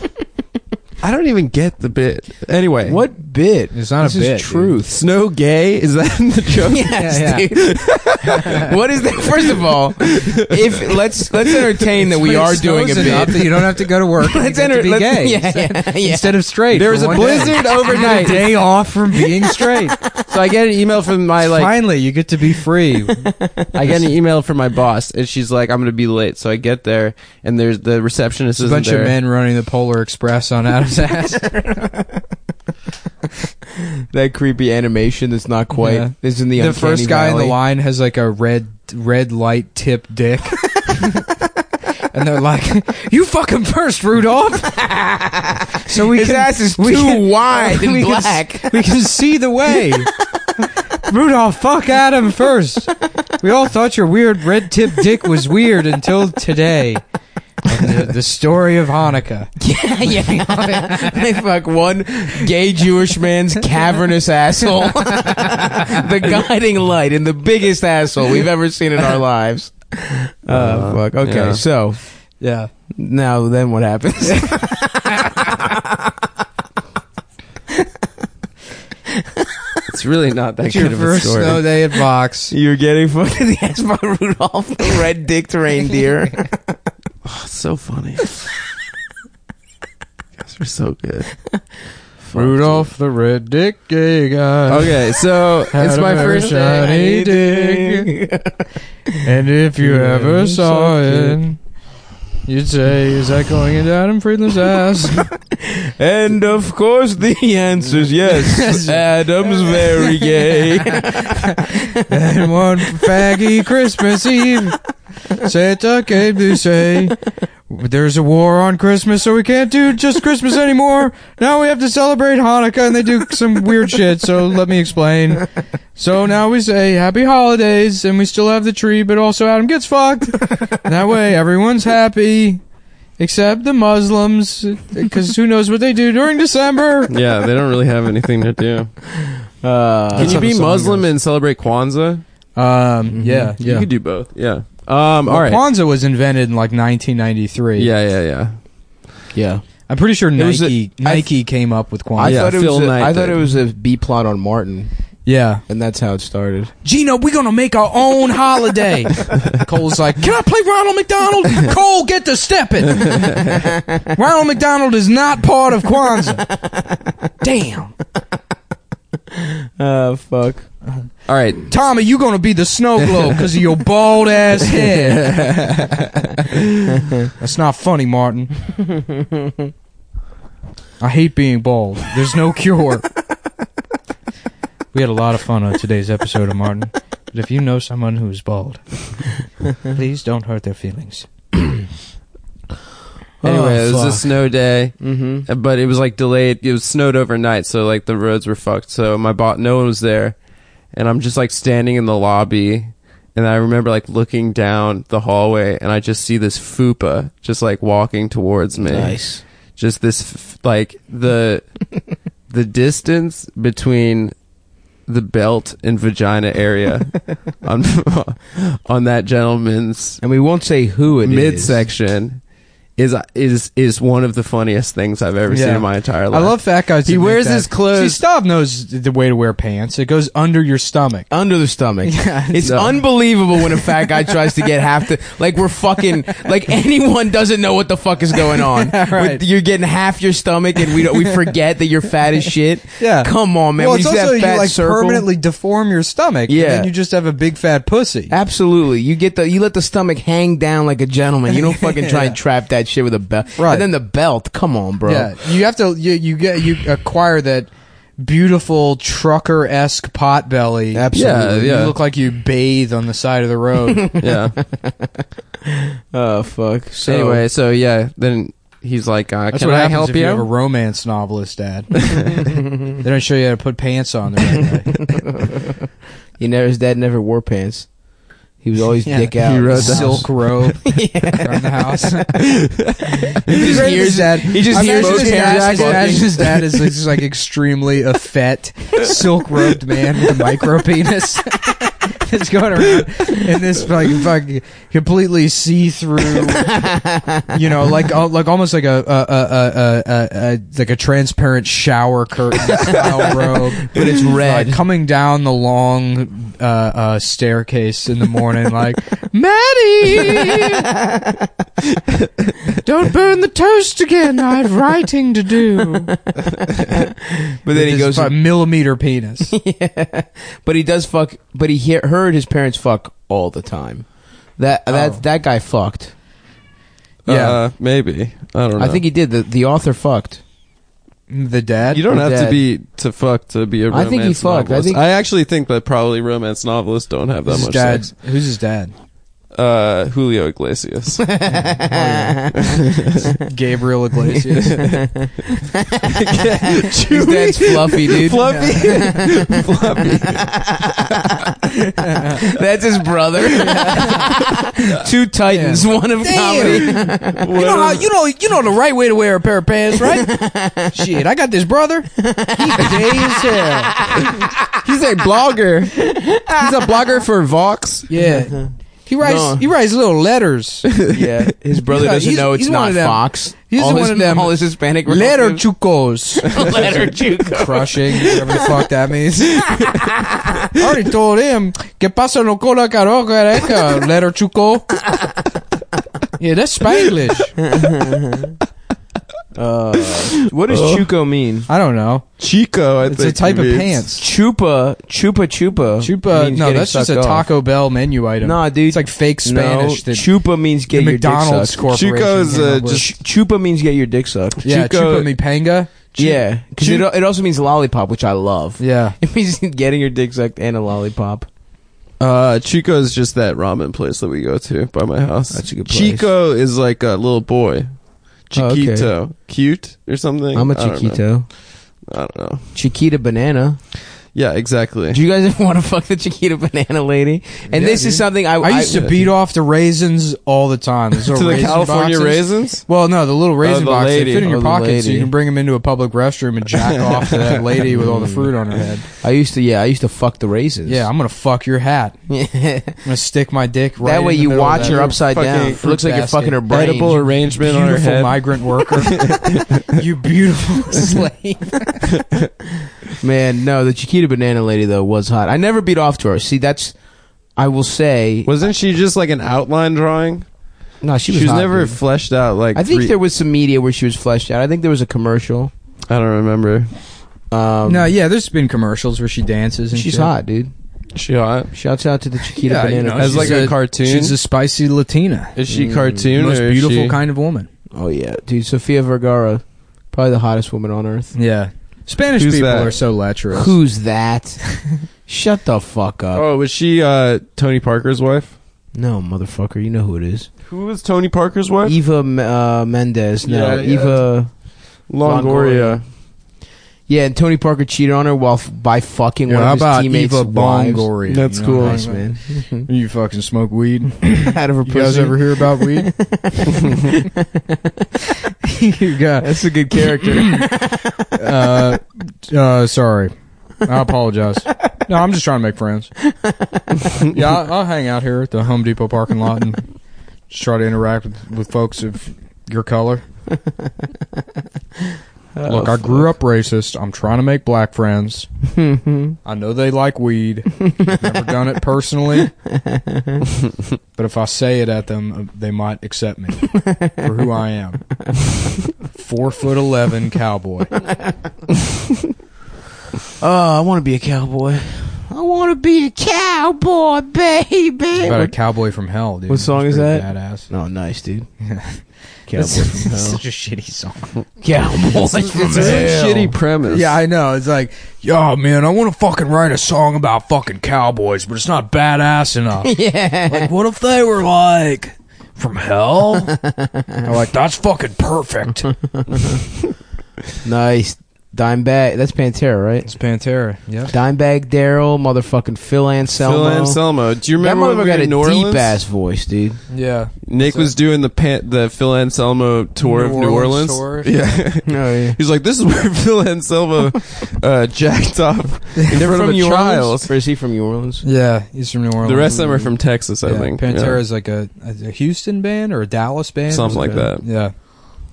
B: I don't even get the bit. Anyway,
C: What bit.
A: It's not a
C: this is
A: bit, dude.
C: truth.
B: Snow gay? Is that the joke?
C: Yes,
A: Yeah, yeah.
C: dude. what is that? First of all, if let's let's entertain that we
A: But it
C: are
A: snows
C: doing a
A: enough
C: bit.
A: That you don't have to go to work. and you
C: Let's
A: get
C: enter.
A: to be
C: let's-
A: gay
C: Yeah, yeah, yeah.
A: instead of straight.
B: There
A: for
B: was a
A: one day.
B: blizzard
A: A
B: overnight.
A: day off from being straight.
B: So I get an email from my like
A: Finally, you get to be free.
B: I get an email from my boss and she's like I'm going to be late. So I get there and there's the receptionist
A: a
B: isn't
A: bunch
B: there.
A: of men running the Polar Express on Adam's ass.
C: That creepy animation that's not quite.
A: Yeah.
C: Is in the
A: the
C: uncanny
A: first guy in
C: valley.
A: the line has like a red red light tip dick. And they're like, "You fucking first, Rudolph." so we
C: His
A: can,
C: ass is
A: we
C: too
A: can-
C: wide and
A: we can s-
C: black.
A: we can see the way. Rudolph, fuck Adam first. We all thought your weird red tip dick was weird until today. And the, the story of Hanukkah.
C: Yeah, yeah. they fuck one gay Jewish man's cavernous asshole, the guiding light, and the biggest asshole we've ever seen in our lives. Uh, fuck. Okay,
B: yeah.
C: so
A: Yeah.
C: now then, what happens?
B: It's really not that
A: That's your
B: good of a
A: first
B: story.
A: snow day at Vox.
C: You're getting fucked in the ass by Rudolph, the red-dicked reindeer. Oh,
B: It's so funny. you guys are so good.
A: Rudolph the red dick gay guy.
B: Okay, so it's
A: Had a
B: my
A: very
B: first
A: shiny
B: day.
A: dig. and if you ever saw it, you'd say, "Is that going into Adam Friedland's ass?"
C: and of course, the answer's yes. Adam's very gay. Uh,
A: and one faggy Christmas Eve, Santa came to say. There's a war on Christmas, so we can't do just Christmas anymore. Now we have to celebrate Hanukkah, and they do some weird shit, so let me explain. So now we say Happy Holidays, and we still have the tree, but also Adam gets fucked. that way, everyone's happy, except the Muslims, because who knows what they do during December.
B: Yeah, they don't really have anything to do.
C: Uh,
B: Can you be Muslim and celebrate Kwanzaa?
A: Um, yeah, yeah.
B: You could do both. Yeah. Um. All
A: Well,
B: right.
A: Kwanzaa was invented in like 1993.
B: yeah, yeah, yeah.
C: yeah.
A: I'm pretty sure
C: It was
A: Nike
C: I
A: Nike came up with
C: I
A: Kwanzaa.
B: Yeah,
C: thought it
B: Phil
C: was. A,
B: Knight
C: I thought
B: did.
C: it was a B plot on Martin,
A: yeah.
C: and that's how it started.
A: Gina, we're going to make our own holiday. Cole's like, can I play Ronald McDonald? Cole, get to stepping. Ronald McDonald is not part of Kwanzaa. Damn.
C: Uh, fuck.
B: All right.
A: Tommy, you going to be the snow globe because of your bald ass head. That's not funny, Martin. I hate being bald. There's no cure. We had a lot of fun on today's episode of Martin. But if you know someone who is bald, please don't hurt their feelings.
B: Anyway,
A: Oh,
B: it was a
A: fuck.
B: snow day,
C: Mm-hmm.
B: but it was like delayed. It was snowed overnight, so like the roads were fucked. So my bot, no one was there, and I'm just like standing in the lobby, and I remember like looking down the hallway, and I just see this fupa just like walking towards me.
C: Nice.
B: just this f- like the the distance between the belt and vagina area on on that gentleman's
C: And we won't say who it is.
B: midsection is is is one of the funniest things I've ever seen
A: Yeah.
B: in my entire
A: I
B: life.
A: love fat guys.
B: He
A: that make
B: wears
A: that.
B: his clothes-
A: See, Stav knows the way to wear pants. It goes under your stomach.
C: Under the stomach. It's
B: No.
C: unbelievable when a fat guy tries to get half the like we're fucking like anyone doesn't know what the fuck is going on.
A: right.
C: With- you're getting half your stomach and we don't we forget that you're fat as shit.
A: Yeah.
C: Come on, man.
A: well,
C: When
A: it's
C: you see
A: also
C: that
A: you
C: fat
A: like
C: circle-
A: permanently deform your stomach.
C: Yeah.
A: and then you just have a big fat pussy.
C: Absolutely. You get the you let the stomach hang down like a gentleman. You don't fucking try and trap that shit with a belt.
A: Right.
C: And then the belt. Come on, bro.
A: Yeah, you have to you, you get you acquire that beautiful trucker esque pot belly.
C: Absolutely.
B: Yeah, yeah.
A: You look like you bathe on the side of the road.
B: yeah.
C: Oh fuck. So
B: anyway, so yeah, then he's like, uh,
A: That's
B: "Can
A: what
B: I
A: happens
B: help
A: if you have a romance novelist, Dad. they don't show you how to put pants on. The right way.
C: He never his dad never wore pants. He was always
A: Yeah.
C: dick out.
B: He rode the
A: silk robe around the house. He
C: just hears- he just
A: imagine
C: hears
A: his
C: his
A: dad.
C: jacket.
A: Imagine his dad is this like extremely effete, silk robed man with a micro penis. is going around in this like fucking completely see through, you know, like uh, like almost like a, a, a, a, a, a like a transparent shower curtain style robe,
C: But it's red.
A: Like, coming down the long uh, uh, staircase in the morning, like Maddie, don't burn the toast again. I have writing to do.
C: But then he goes.
A: a millimeter penis.
C: But he does fuck. But he hear, heard his parents fuck all the time. That that that guy fucked.
A: Yeah.
B: Uh, maybe. I don't know.
C: I think he did. The the author fucked.
A: the dad.
B: you don't have
C: Dead.
B: to be to fuck to be a
C: I
B: romance
C: think he fucked. I
B: novelist.
C: think-
B: actually think that probably romance novelists don't have that
A: Who's
B: much
A: his dad?
B: sex.
A: Who's his dad?
B: Uh, Julio Iglesias.
A: Gabriel Iglesias.
C: His dad's fluffy, dude.
B: Fluffy.
C: That's his brother. Two titans, one of comedy.
A: you know how you know you know the right way to wear a pair of pants, right? Shit, I got this brother. He's gay as hell.
B: He's a blogger. He's a blogger for Vox.
A: Yeah. He writes
C: No.
A: he writes little letters.
C: Yeah, his brother
A: He's-
C: doesn't
A: he's-
C: know it's
A: he's one
C: not
A: of them.
C: Fox.
A: He's
C: all
A: one
C: his,
A: of them.
C: All his Hispanic
A: Letter
C: relatives.
A: chucos.
C: letter Juco.
A: Crushing, whatever the fuck that means. I already told him, que pasa no cola caroca, reca, letter chuco. Yeah, that's Spanglish.
C: Uh, what does Chuco mean?
A: I don't know.
B: Chico, I
A: It's
B: think
A: a type
B: he
A: of
B: means.
A: pants.
C: Chupa, chupa, chupa.
A: Chupa.
C: means
A: No,
C: getting
A: that's just a
C: sucked off.
A: Taco Bell menu item.
C: Nah, dude.
A: It's like fake Spanish.
C: No,
A: that
C: chupa means
A: the
C: get your dick
A: McDonald's
C: sucked.
A: corporation.
B: Chico is,
A: came
B: uh,
A: up with.
B: just-
C: Chupa means get your dick sucked.
A: yeah,
B: Chico-
A: Chupa Mipanga.
C: yeah. Because it, it also means lollipop, which I love.
A: Yeah.
C: It means getting your dick sucked and a lollipop.
B: Uh, Chico is just that ramen place that we go to by my house.
C: That's a good place.
B: Chico is like a little boy.
C: Oh, okay.
B: Chiquito. Cute or something?
C: I'm a
B: I don't know.
C: chiquito.
B: I don't know.
C: Chiquita banana.
B: Yeah, exactly.
C: Do you guys ever want to fuck the Chiquita banana lady? And this is something I,
A: I used to beat off the raisins all the time. Those
B: to
A: little
B: the
A: raisin
B: California
A: boxes.
B: raisins?
A: Well, no, the little raisin
B: Oh, the
A: box. They
B: lady.
A: fit in
C: Oh,
A: your
C: the
A: pocket, so you
C: lady.
A: can bring them into a public restroom and jack off to that lady with all the fruit on her head.
C: I used to. Yeah, I used to fuck the raisins.
A: Yeah, I'm gonna fuck your hat. I'm gonna stick my dick right.
C: that way
A: in the
C: you
A: middle of
C: watch
A: that
C: her upside
B: fucking
C: down. It
B: fruit
C: looks like you're
A: basket.
C: fucking her brain.
B: Edible arrangement on her
A: Beautiful
B: head.
A: migrant worker. you beautiful slave.
C: Man, no, the Chiquita banana lady though was hot. I never beat off to her. See, that's I will say.
B: Wasn't she just like an outline drawing?
C: No, she
B: She
C: was,
B: was,
C: hot,
B: never
C: dude.
B: fleshed out like
C: I think
B: three-
C: there was some media where she was fleshed out. I think there was a commercial.
B: I don't remember.
C: Um,
A: No, yeah, there's been commercials where she dances and
C: she's
A: shit.
C: hot, dude.
B: She hot?
C: Shouts out to the Chiquita
A: Yeah, you
C: banana.
A: know,
C: Lady.
B: As like
A: she's
B: a cartoon?
A: She's a spicy Latina,
B: Is
C: Mm,
B: she cartoon
A: most
B: or is
A: beautiful
B: she-
A: kind of woman.
C: oh yeah, dude. Sofia Vergara, probably the hottest woman on earth.
A: Yeah, Spanish
B: Who's
A: people
B: that?
A: are so lecherous.
C: Who's that? Shut the fuck up.
B: Oh, was she uh, Tony Parker's wife?
C: No, motherfucker, you know who it is.
B: Who was Tony Parker's wife?
C: Eva uh, Mendez. No,
B: Yeah, yeah.
C: Eva.
B: Longoria.
C: Yeah, and Tony Parker cheated on her while f- by fucking one
A: how
C: of his
A: about
C: teammates'
A: Eva
C: wives.
A: Longoria?
B: That's
A: You know
B: cool.
A: what I
C: Nice
A: mean?
C: man.
A: You fucking smoke weed?
C: Out of her
A: You guys
C: pussy.
A: ever hear about weed? you got,
C: That's a good character.
A: uh, uh, sorry. I apologize. No, I'm just trying to make friends. yeah, I'll, I'll hang out here at the Home Depot parking lot and just try to interact with, with folks of your color. Look, I grew up racist. I'm trying to make black friends. I know they like weed. I've never done it personally. but if I say it at them, uh, they might accept me for who I am. Four foot eleven cowboy.
C: Oh, I want to be a cowboy. I want to be a cowboy, baby.
A: About a cowboy from hell, dude.
C: What song
A: It's
C: is
A: pretty
C: that?
A: Badass.
C: No, Oh, nice, dude. cowboy
A: It's,
C: from
A: it's
C: hell.
A: such a shitty song.
C: Cowboy
B: It's a shitty premise.
A: Yeah, I know. It's like, yo, man, I want to fucking write a song about fucking cowboys, but it's not badass enough.
C: yeah.
A: Like, what if they were like from hell? I'm like, that's fucking perfect.
C: Nice. Dimebag. That's Pantera, right?
A: It's Pantera. Yep.
C: Dimebag Daryl, motherfucking Phil Anselmo.
B: Phil Anselmo. Do you
C: That
B: remember when we
C: motherfucker
B: were
C: got a
B: in New Orleans?
C: deep ass voice, dude.
A: Yeah.
B: Nick was doing the pan- the Phil Anselmo tour
A: New
B: of New
A: Orleans
B: Orleans.
A: tour.
B: Yeah.
C: Oh yeah.
B: He's like, this is where Phil Anselmo uh, jacked up in front of a child.
C: Or is he from New Orleans?
A: Yeah. He's from New Orleans.
B: The rest of them are from Texas, I
A: yeah.
B: think. Yeah.
A: Pantera's like a, a Houston band or a Dallas band,
B: Something
A: Is it
B: like
A: a-
B: that.
A: Yeah.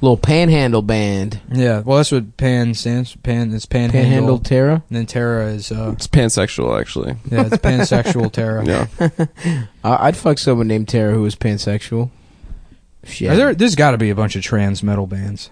C: Little Panhandle band.
A: Yeah. Well, that's what Pan stands. Pan is Panhandle.
C: Panhandle Terra.
A: and then Terra is uh,
B: It's pansexual, actually.
A: yeah, it's pansexual Terra.
B: Yeah.
C: I- I'd fuck someone named Tara who was pansexual. Shit.
A: Are there? There's got to be a bunch of trans metal bands.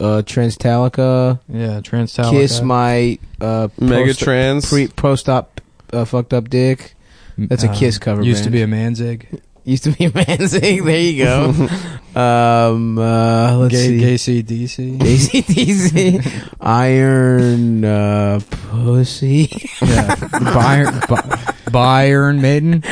C: uh, Transtalica,
A: Yeah, trans Talica.
C: Kiss My, uh,
B: Megatrans.
C: pre post op, uh, fucked up dick. That's a
A: Um,
C: Kiss cover.
A: Used to
C: band.
A: be a man's egg.
C: used to be a Manzing. There you go. um, uh, let's
A: Gay,
C: see.
A: gay CDC.
C: ACDC, Iron uh, Pussy.
A: yeah, Byron, By- Byron Maiden,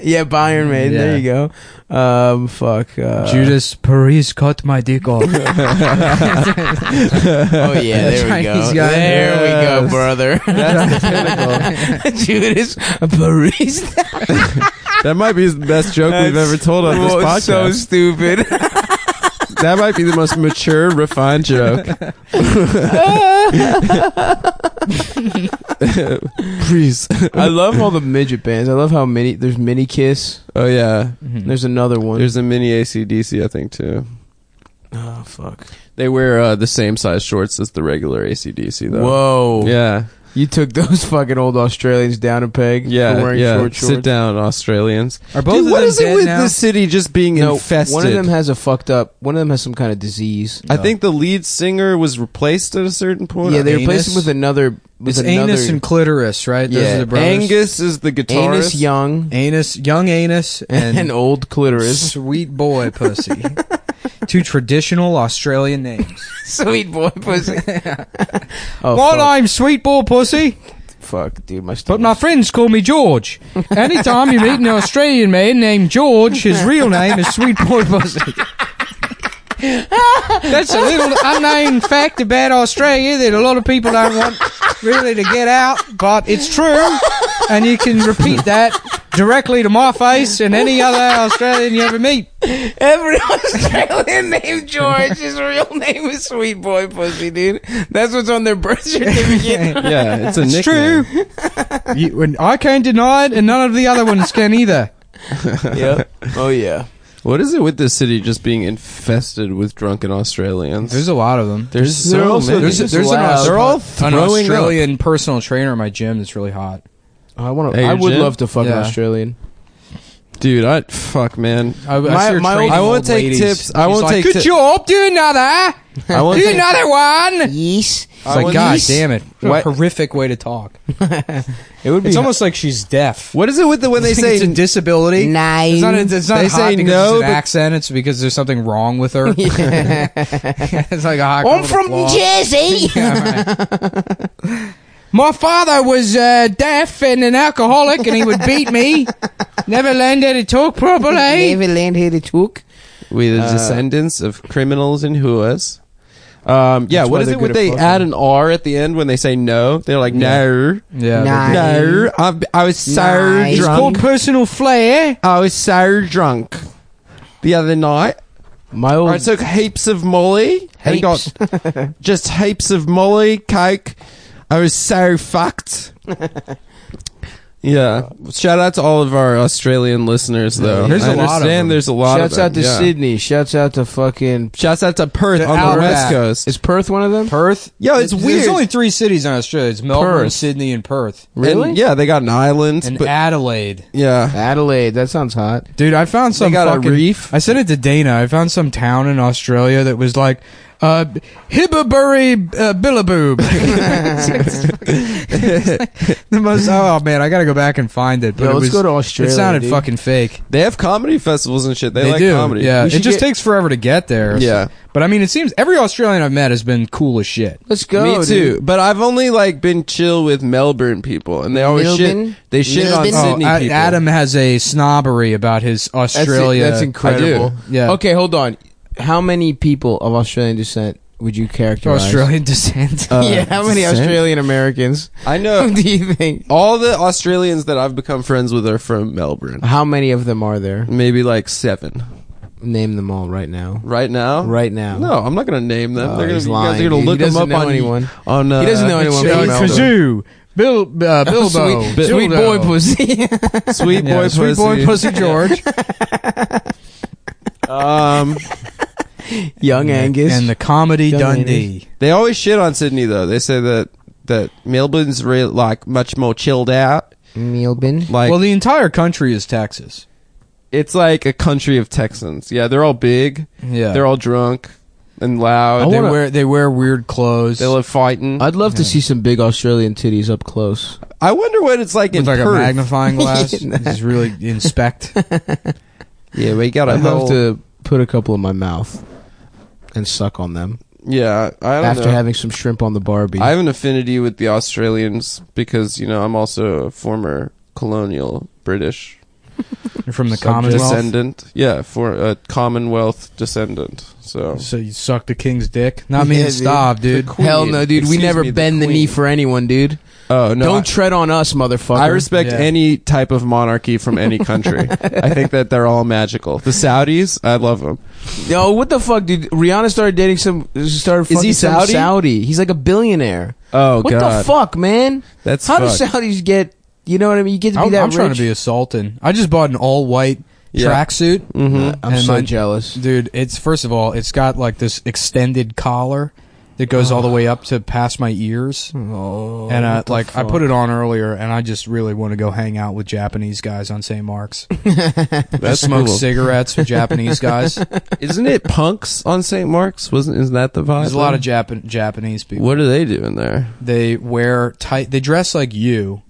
C: yeah, Byron Maiden. There
A: Yeah.
C: you go. Um, fuck. Uh,
A: Judas Paris cut my dick off. Mhm.
C: Oh yeah, there we
A: Chinese
C: go.
A: guy.
C: There we go, brother.
B: That's the pinnacle.
C: Judas Paris.
B: That might be the best joke we've
C: That's
B: ever told on this
C: was so
B: podcast.
C: stupid.
B: that might be the most mature, refined joke. Please.
C: I love all the midget bands. I love how many. There's Mini Kiss.
B: Oh yeah.
C: Hmm. There's another one.
B: There's a mini ACDC, I think too.
C: oh fuck.
B: They wear uh, the same size shorts as the regular ACDC though.
C: Whoa.
B: Yeah.
C: You took those fucking old Australians down a peg. For
B: Yeah.
C: wearing
B: Yeah.
C: Short shorts.
B: Sit down, Australians.
A: Are both
B: Dude,
A: of
B: what
A: them
B: is
A: dead
B: it with
A: now?
B: this city just being
C: No,
B: infested?
C: one of them has a fucked up. One of them has some kind of disease.
B: I think the lead singer was replaced at a certain point.
C: yeah, they
A: anus?
C: replaced him with another. With
A: It's
C: another,
A: anus and clitoris, right? Those
C: Yeah.
A: are the brothers.
B: Angus is the guitarist.
C: anus young
A: anus, young anus,
C: and,
A: and,
C: old clitoris.
A: sweet boy pussy. Two traditional Australian names.
C: Sweet boy pussy. oh
A: well,
C: fuck,
A: I'm sweet boy pussy,
C: fuck, dude, my
A: but
C: stomach.
A: my friends call me George. Anytime you meet an Australian man named George, his real name is sweet boy pussy. That's a little unknown fact about Australia that a lot of people don't want really to get out, but it's true. And you can repeat that directly to my face and any other Australian you ever meet.
C: Every Australian named George, his real name is Sweet Boy Pussy, dude. That's what's on their birth certificate.
B: Yeah, it's a
A: It's
B: nickname.
A: true. You- and I can't deny it, and none of the other ones can either.
C: yep. Oh yeah.
B: What is it with this city just being infested with drunken Australians?
A: a lot of them.
B: There's
C: They're
B: so
C: also-
B: many.
C: there's-
B: Just
C: there's an
B: loud.
C: Aus-
B: They're all
A: An
B: throwing up.
A: Australian personal trainer at my gym that's really hot.
C: Oh, I want
B: Hey,
C: I
B: your
C: would
B: gym?
C: love to fuck an
A: Yeah.
C: Australian.
B: Dude, I fuck man.
A: I,
C: My-
A: see her
C: my old-
A: training
C: I
B: won't
A: old
B: take
A: ladies.
B: tips. I
A: She's
B: won't
A: like,
B: take
A: Good
B: ti-
A: job. Do another.
B: I won't
A: do
B: take-
A: another one.
C: Yes.
A: It's like, God damn it. What
C: What-
A: a horrific way to talk.
C: It would be
A: It's almost like she's deaf.
B: What is it with the when they say
A: it's a disability.
C: Nine.
A: It's not, it's not
B: They
A: hot
B: say
A: because
B: no,
A: it's an
B: but-
A: accent. It's because there's something wrong with her. it's like a hot girl
C: I'm
A: with a
C: from
A: claw.
C: Jersey.
A: My father was uh, deaf and an alcoholic, and he would beat me. Never learned how to talk properly.
C: Neverland here to talk.
B: we
C: Uh,
B: the descendants of criminals and huas. Um, yeah, what
C: That's why
B: is
C: they're
B: it when
C: good at
B: they
C: fucking.
B: add an R at the end when they say no? They're like, no.
A: Yeah,
C: Nah.
B: No. I, I was so
C: Nice. It's
B: drunk.
A: personal flair.
B: I was so drunk the other night.
C: My old
B: I took heaps of molly. And
C: Heaps.
B: got just heaps of molly, coke. I was so fucked. yeah. Shout out to all of our Australian listeners, though.
A: There's
B: I
A: a lot of
B: understand
A: them.
B: there's a lot
C: Shouts
B: of them.
C: out to
B: yeah.
C: Sydney. Shouts out to fucking.
B: Shouts out to Perth
A: The
B: on the
A: Outback.
B: West Coast.
C: Is Perth one of them?
A: Perth.
B: Yo, it's
A: There's-
B: weird.
A: There's only three cities in Australia. It's Melbourne,
C: Perth.
A: Sydney, and Perth,
B: And,
C: Really?
B: yeah, they got an island.
A: and
B: but
A: Adelaide.
B: yeah.
C: Adelaide. That sounds hot.
A: Dude, I found some
B: got a
A: fucking,
B: reef?
A: I sent it to Dana. I found some town in Australia that was like uh, Hibberbury uh, Billaboob. It's like- it's like the most. Oh man, I gotta go back and find it. But
C: Yo,
A: it
C: let's
A: was-
C: go to Australia,
A: It sounded
C: dude.
A: fucking fake.
B: They have comedy festivals and shit. They, like
A: do.
B: comedy.
A: Yeah,
C: We
A: it
C: should
A: just
C: get-
A: takes forever to get there.
B: Yeah.
A: but I mean, it seems every Australian I've met has been cool as shit.
C: Let's go.
B: Me too, but I've only like been chill with Melbourne people, and they always
C: Melbourne?
B: shit. They shit
C: Melbourne?
B: on
A: Oh,
B: Sydney
A: A-
B: people.
A: Adam has a snobbery about his
C: That's,
A: Australia.
C: that's incredible.
A: Yeah.
C: Okay, hold on. How many people of Australian descent would you characterize?
A: Australian descent.
C: Uh, Oh.
B: Yeah,
C: how many
B: descent?
C: Australian Americans
B: I know.
C: do you think?
B: All the Australians that I've become friends with are from Melbourne.
C: How many of them are there?
B: Maybe like seven.
C: Name them all right now.
B: Right now?
C: Right now.
B: No, I'm not going to name them.
C: Oh,
B: They're gonna,
C: he's
B: you guys
C: lying,
B: are going
C: dude.
B: to look
C: He
B: them
C: doesn't
B: up
C: know
B: on,
C: anyone.
B: on uh,
C: He doesn't know anyone
B: Joey
C: from Melbourne.
B: Kazoo.
A: Kazoo. Bill, uh,
B: Oh,
A: Bilbo.
C: Oh, Sweet, sweet boy
A: Dildo.
C: pussy.
B: Sweet boy
A: Yeah, Sweet boy pussy George.
B: Um,
C: Young Angus.
A: And the comedy
C: Young
A: Dundee.
B: they always shit on Sydney though. They say that that Melbourne's real like much more chilled out.
C: Melbourne.
B: Like
A: well, the entire country is Texas.
B: it's like a country of Texans. Yeah, they're all big.
A: Yeah.
B: They're all drunk and
A: they
B: loud. They wear-
A: wear they wear weird clothes.
B: they love fighting. I,
C: I'd love to see some big Australian titties up close.
B: wonder what it's like in
A: with like
B: Perth.
A: a magnifying glass. Just really inspect.
B: yeah, we got a
C: I'd
B: whole.
C: love to put a couple in my mouth and suck on them
B: yeah, I don't
C: after
B: know.
C: having some shrimp on the Barbie.
B: I have an affinity with the Australians because you know I'm also a former colonial British
A: from the
C: Some
A: Commonwealth.
B: descendant. Yeah, for a Commonwealth descendant. So
A: So you suck the king's dick. Not me
C: Yeah,
A: to
C: dude.
A: stop, dude.
B: The queen.
C: Hell no, dude.
B: Excuse
C: we never
B: me, the
C: bend the,
B: queen.
C: knee for anyone, dude.
B: oh no,
C: Don't tread on us, motherfucker.
B: I respect
A: Yeah.
B: any type of monarchy from any country. I think that they're all magical. The Saudis, I love them.
C: Yo, what the fuck, dude? Rihanna started dating some. Started
B: he
C: fucking some
B: Saudi?
C: Saudi. He's like a billionaire.
B: Oh
C: what
B: god,
C: the fuck, man?
B: that's
C: How
B: fucked.
C: do Saudis get? You know what I mean? You get to be
A: I'm,
C: that
A: I'm
C: rich.
A: trying to be a sultan. I just bought an all white
B: Yeah.
A: tracksuit.
B: Mhm.
C: I'm
A: And
C: so
A: my-
C: jealous.
A: Dude, it's first of all, it's got like this extended collar that goes all the way up to past my ears.
C: Oh,
A: and uh,
C: what the
A: like I
C: fuck?
A: put it on earlier, and I just really want to go hang out with Japanese guys on St. Mark's.
B: That's
A: Just smoke
B: cool.
A: cigarettes with Japanese guys. There's
B: Isn't it punks on St. Mark's? Wasn't isn't that the vibe?
A: a lot of Japan Japanese people.
B: What are they doing there?
A: They wear tight. They dress like you.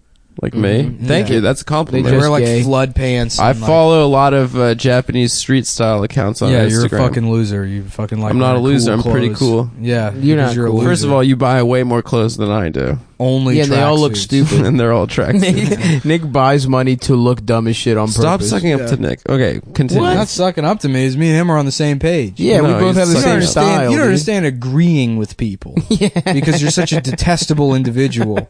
B: Like
C: Mhm.
B: me? Thank
A: Mm-hmm. Yeah.
B: you. That's a compliment.
A: They wear like
C: gay.
A: flood pants.
B: I
A: and, like-
B: follow a lot of uh, Japanese street style accounts on
A: yeah,
B: Instagram.
A: you're a fucking loser. You fucking like.
B: I'm not a
A: wearing
B: loser,
A: cool
B: I'm pretty
A: clothes.
B: cool.
A: Yeah,
C: You're
A: because
C: not
A: a
C: cool.
A: loser.
B: First of all, you buy way more clothes than I do.
A: only
C: Yeah, and they all look
A: tracksuits.
C: stupid.
B: and they're all attractive.
C: Nick, Nick buys money to look dumb as shit on
B: Stop
C: purpose.
B: sucking up to Nick. Okay, continue.
A: Not sucking up to me. Is me and him are on the same page.
C: Yeah,
B: No,
C: we both
B: he's
C: have the
B: sucking up.
C: same style.
A: understand- You
C: dude.
A: don't understand agreeing with people because you're such a detestable individual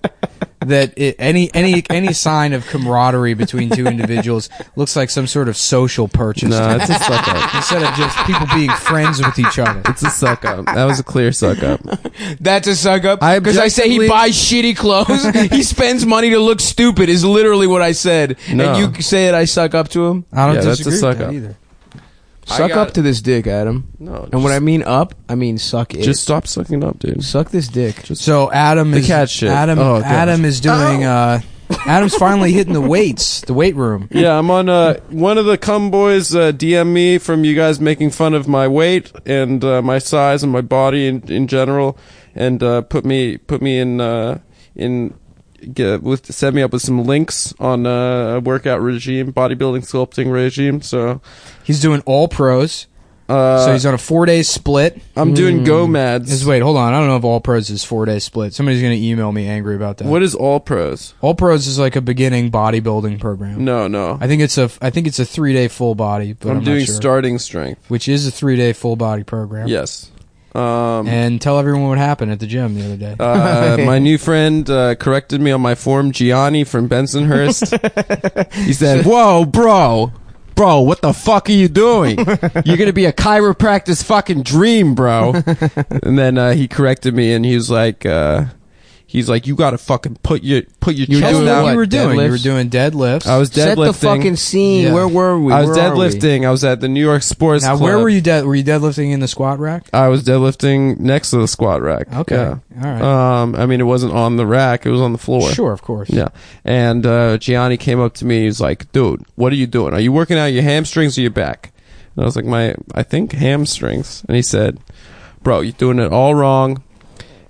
A: that it, any any any sign of camaraderie between two individuals looks like some sort of social purchase
B: No, it's a suck up.
A: instead of just people being friends with each other.
B: It's a suck up. That was a clear suck up.
C: That's a suck up.
B: I
C: Because I say he
B: objectively-
C: buys shitty clothes. he spends money to look stupid. Is literally what I said.
B: No.
C: And you say that I suck up to him.
A: I don't
B: Yeah, that's a
A: disagree with
B: suck
A: that
B: up.
A: either.
B: I
C: Suck
B: got-
C: up to this dick, Adam.
B: No.
C: And when I mean up, I mean suck it.
B: just stop sucking up, dude.
C: suck this dick.
A: So Adam
B: The
A: is
B: cat shit.
A: Adam
B: Oh, God.
A: Adam is doing uh Adam's finally hitting the weights, the weight room.
B: Yeah, I'm on uh, one of the cum boys uh, DM me from you guys making fun of my weight and uh, my size and my body in, in general, and uh, put me put me in uh, in get, with set me up with some links on uh, a workout regime, bodybuilding, sculpting regime. So,
A: He's doing all pros.
B: uh,
A: so he's on a 4-day split.
B: I'm
C: Hmm.
B: doing GOMADs.
A: Is wait, hold on. I don't know if all pros is 4-day split. Somebody's going to email me angry about that.
B: What is All Pros?
A: All Pros is like a beginning bodybuilding program.
B: No, no.
A: I think it's a I think it's a three day full body, but
B: I'm,
A: I'm, not
B: doing
A: sure.
B: starting strength.
A: which is a three day full body program.
B: Yes. Um,
A: And tell everyone what happened at the gym the other day.
B: Uh, my new friend uh, corrected me on my form, Gianni from Bensonhurst. he said, "Whoa, bro, bro, what the fuck are you doing? You're gonna be a chiropractor's fucking dream, bro." and then uh, he corrected me, and he was like, uh, "He's like, you gotta fucking put your put your
C: You're
A: That's
B: chest
C: doing
A: what
B: out."
A: you were doing. You
C: Deadlifts?
A: were doing deadlifts.
B: I was deadlifting.
C: Set the fucking scene.
A: Yeah.
C: Where were we?
B: I was
C: Where are we?
B: deadlifting. I was at the New York Sports
A: now,
B: Club.
A: where were you? Dead? Were you deadlifting in the squat rack?
B: I was deadlifting next to the squat rack.
A: Okay,
B: Yeah.
A: all right,
B: Um, I mean, it wasn't on the rack; it was on the floor.
A: sure, of course.
B: Yeah. And uh, Gianni came up to me. He's like, "Dude, what are you doing? Are you working out your hamstrings or your back?" And I was like, "My, I think hamstrings." And he said, "Bro, you're doing it all wrong."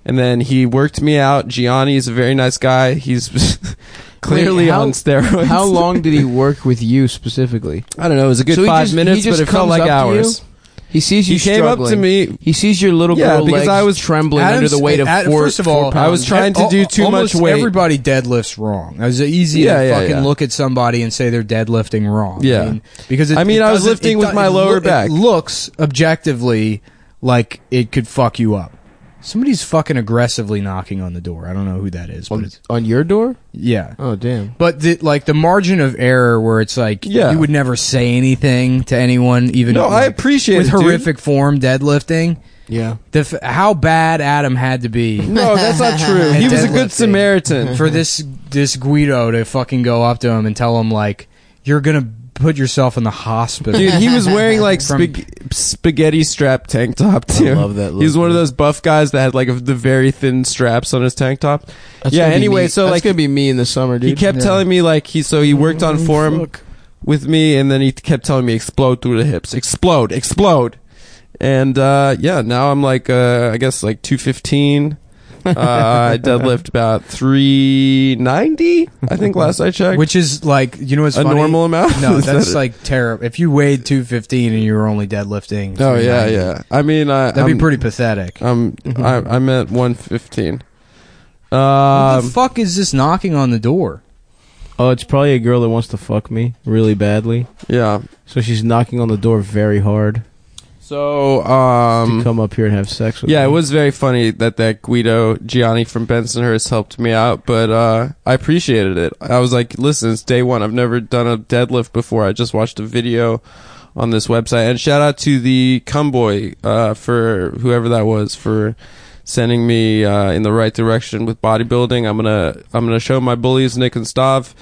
B: And then he worked me out. Gianni is a very nice guy. He's clearly
C: Wait, how-
B: on steroids.
C: How long did he work with you specifically?
B: I don't know. It was a good
C: So he
B: five
C: just-
B: minutes,
C: he just
B: but it felt
C: comes
B: like
C: up to
B: hours.
C: He sees you
B: He came up to
C: struggling.
B: me.
C: He sees your little
B: Yeah,
C: girl
B: because
C: legs
B: I was-
C: trembling under
A: Adam's-
C: the weight of
A: at-
C: four,
A: first of all,
C: four pounds.
B: I was trying to
A: Al-
B: do too
A: almost
B: much weight.
A: Everybody deadlifts wrong. It was easy
B: Yeah,
A: to
B: yeah,
A: fucking
B: yeah.
A: look at somebody and say they're deadlifting wrong.
B: Yeah.
A: I mean, because it,
B: I
A: it
B: mean, I was
A: doesn't-
B: lifting
A: it
B: with
A: do-
B: my
A: it
B: lower
A: it
B: back.
A: looks objectively like it could fuck you up. Somebody's fucking aggressively knocking on the door. I don't know who that is, but
C: on,
A: it's,
C: on your door?
A: yeah.
B: uh-huh.
C: Oh damn.
A: But the, like the margin of error, where it's like
B: Yeah.
A: you would never say anything to anyone, even
B: No, I
A: like,
B: appreciate
A: with
B: it, dude.
A: horrific form deadlifting.
C: Yeah.
A: The f- how bad Adam had to be
B: No, that's not true. he was a good
A: Deadlifting.
B: Samaritan.
A: for this this Guido to fucking go up to him and tell him like you're gonna put yourself in the hospital.
B: Dude, he was wearing like
A: From-
B: spag- spaghetti strap tank top too.
C: love that
B: He was
C: look,
B: one of
C: dude.
B: those buff guys that had like the very thin straps on his tank top.
C: That's
B: yeah.
C: gonna be
B: Anyway,
C: me.
B: so
C: that's
B: like
C: gonna be me in the summer, dude.
B: he kept
A: Yeah.
B: telling me like he so he worked on form with me, and then he kept telling me explode through the hips, explode, explode, and uh, yeah. Now I'm like uh, I guess like 215. uh, I deadlift about 390, I think last I checked.
A: which is like you know what's
B: a
A: funny?
B: normal amount?
A: No,
B: Is that
A: that's
B: it?
A: like terrible. If you weighed two fifteen and you were only deadlifting,
B: Oh yeah,
A: 390,
B: yeah. I mean, I,
A: that'd
B: I'm-
A: be pretty pathetic.
B: Um, I, I'm at 115.
A: What the
B: Um,
A: fuck is this knocking on the door?
C: Oh, it's probably a girl that wants to fuck me really badly.
B: yeah.
C: So she's knocking on the door very hard
B: So,
C: to
B: um,
C: come up here and have sex with
B: yeah, it
C: me.
B: was very funny that that Guido Gianni from Bensonhurst helped me out, but uh, I appreciated it. I was like, listen, it's day one. I've never done a deadlift before. I just watched a video on this website, and shout out to the Cumboy uh, for whoever that was for sending me uh, in the right direction with bodybuilding. I'm gonna I'm gonna show my bullies Nick and Stav.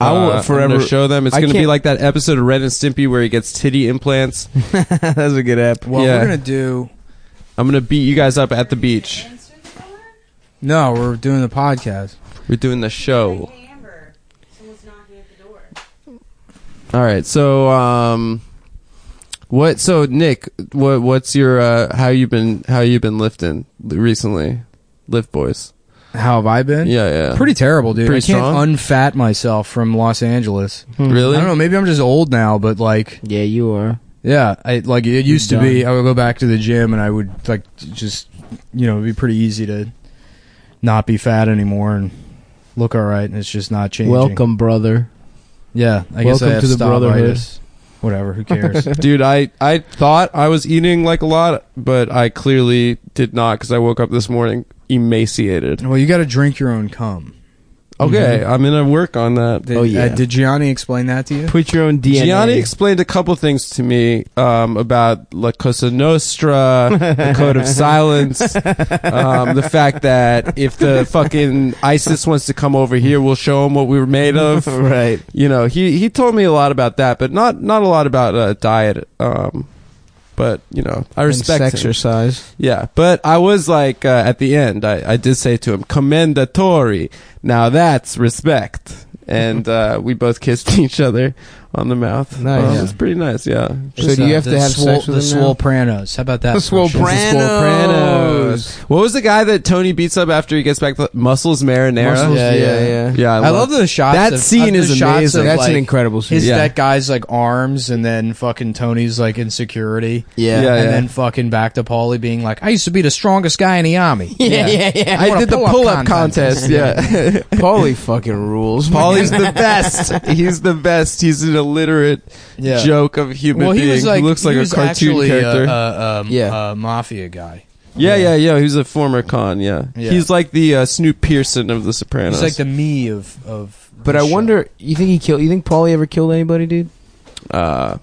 C: I will
B: Uh, I'm
C: forever-
B: gonna show them. It's
C: I
B: gonna be
C: can't-
B: like that episode of Red and Stimpy where he gets titty implants.
C: That's a good app.
A: Well,
B: Yeah.
A: we're gonna do.
B: I'm gonna beat you guys up at the beach.
A: No, we're doing the podcast.
B: We're doing the show.
E: Hey, Amber, someone's knocking at the door.
B: All right. So, um, what? So, Nick, what? What's your uh, how you been? How you been lifting recently? Lift boys.
A: How have I been?
B: Yeah, yeah.
A: Pretty terrible, dude.
B: Pretty
A: I can't
B: strong?
A: unfat myself from Los Angeles.
B: really.
A: I don't know. Maybe I'm just old now, but like,
C: Yeah, you are.
A: yeah, I like it used to be. I would go back to the gym and I would like just, you know, it'd be pretty easy to not be fat anymore and look all right. And it's just not changing.
C: Welcome, brother.
A: Yeah, I guess
C: Welcome
A: I have
C: to the brotherhood.
A: stop-itis. Whatever. Who cares?
B: Dude, I, I thought I was eating like a lot, but I clearly did not because I woke up this morning emaciated.
A: well, you got to drink your own cum. Mm-hmm.
B: Okay, I'm gonna work on that.
A: Did,
C: Oh, yeah.
A: uh, did Gianni explain that to you?
C: Put your own DNA.
B: Gianni explained a couple things to me um, about La Cosa Nostra, the code of silence, um, the fact that if the fucking ISIS wants to come over here, we'll show them what we were made of.
C: right.
B: You know, he, he told me a lot about that, but not not a lot about uh, diet. Um, but you know, I respect him.
C: exercise.
B: Yeah, but I was like uh, at the end, I, I did say to him, "Commendatory." Now that's respect, and uh, we both kissed each other on the mouth.
C: Nice.
B: um,
C: Yeah.
B: it's pretty nice. Yeah,
C: So do you have
A: the
C: to have
A: swole,
C: sex with
A: the
C: him now?
A: swole pranos? How about that?
C: The swole
A: version?
C: pran- Sopranos.
B: What was the guy that Tony beats up after he gets back? The, Muscles marinara.
A: Muscles,
C: Yeah, yeah, yeah.
B: Yeah,
A: I love the shots.
C: That
A: of-
C: scene
A: of the
C: is
A: shots
C: amazing.
A: of,
C: That's
A: like,
C: an incredible scene.
A: Is
B: Yeah.
A: that guy's like arms and then fucking Tony's like insecurity?
C: Yeah.
B: Yeah,
A: and
B: yeah.
A: then fucking back to Paulie being like, "I used to be the strongest guy in the army."
C: Yeah, yeah, yeah.
B: I
A: What a
B: did the
A: pull-up
B: pull-up contest. Yeah,
C: Paulie fucking rules. man.
B: Paulie's the best. He's the best. He's an illiterate
A: Yeah.
B: joke of a human
A: Well,
B: being
A: he was like,
B: who looks
A: he
B: like
A: was
B: a cartoon
A: actually
B: character.
A: a, a, um,
C: Yeah.
A: a mafia guy.
B: Yeah, yeah, yeah. He's a former con. Yeah,
A: Yeah.
B: he's like the uh, Snoop Pearson of The Sopranos.
A: He's like the me of of.
C: But
A: the
C: I
A: show.
C: wonder. You think he killed? You think Paulie ever killed anybody, dude?
B: uh,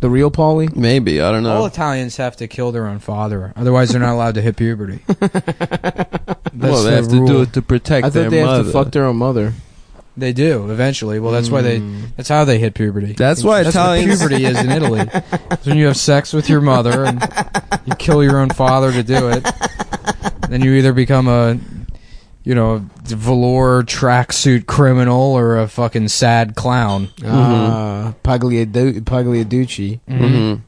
C: The real Paulie?
B: maybe I don't
A: All
B: know.
A: Italians have to kill their own father, otherwise they're not allowed to hit puberty.
B: well, they
C: the
B: have to do
C: rule.
B: it to protect
C: I
B: their
C: thought they
B: mother.
C: have to fuck their own mother.
A: They do eventually. Well, that's why
C: Hmm.
A: they. That's how they hit puberty.
B: That's why
A: That's
B: Italians.
A: what puberty is in Italy. It's when you have sex with your mother and you kill your own father to do it. Then you either become a, you know, velour tracksuit criminal or a fucking sad clown.
C: Ah, Pagliadu- Pagliaducci,
B: Mhm.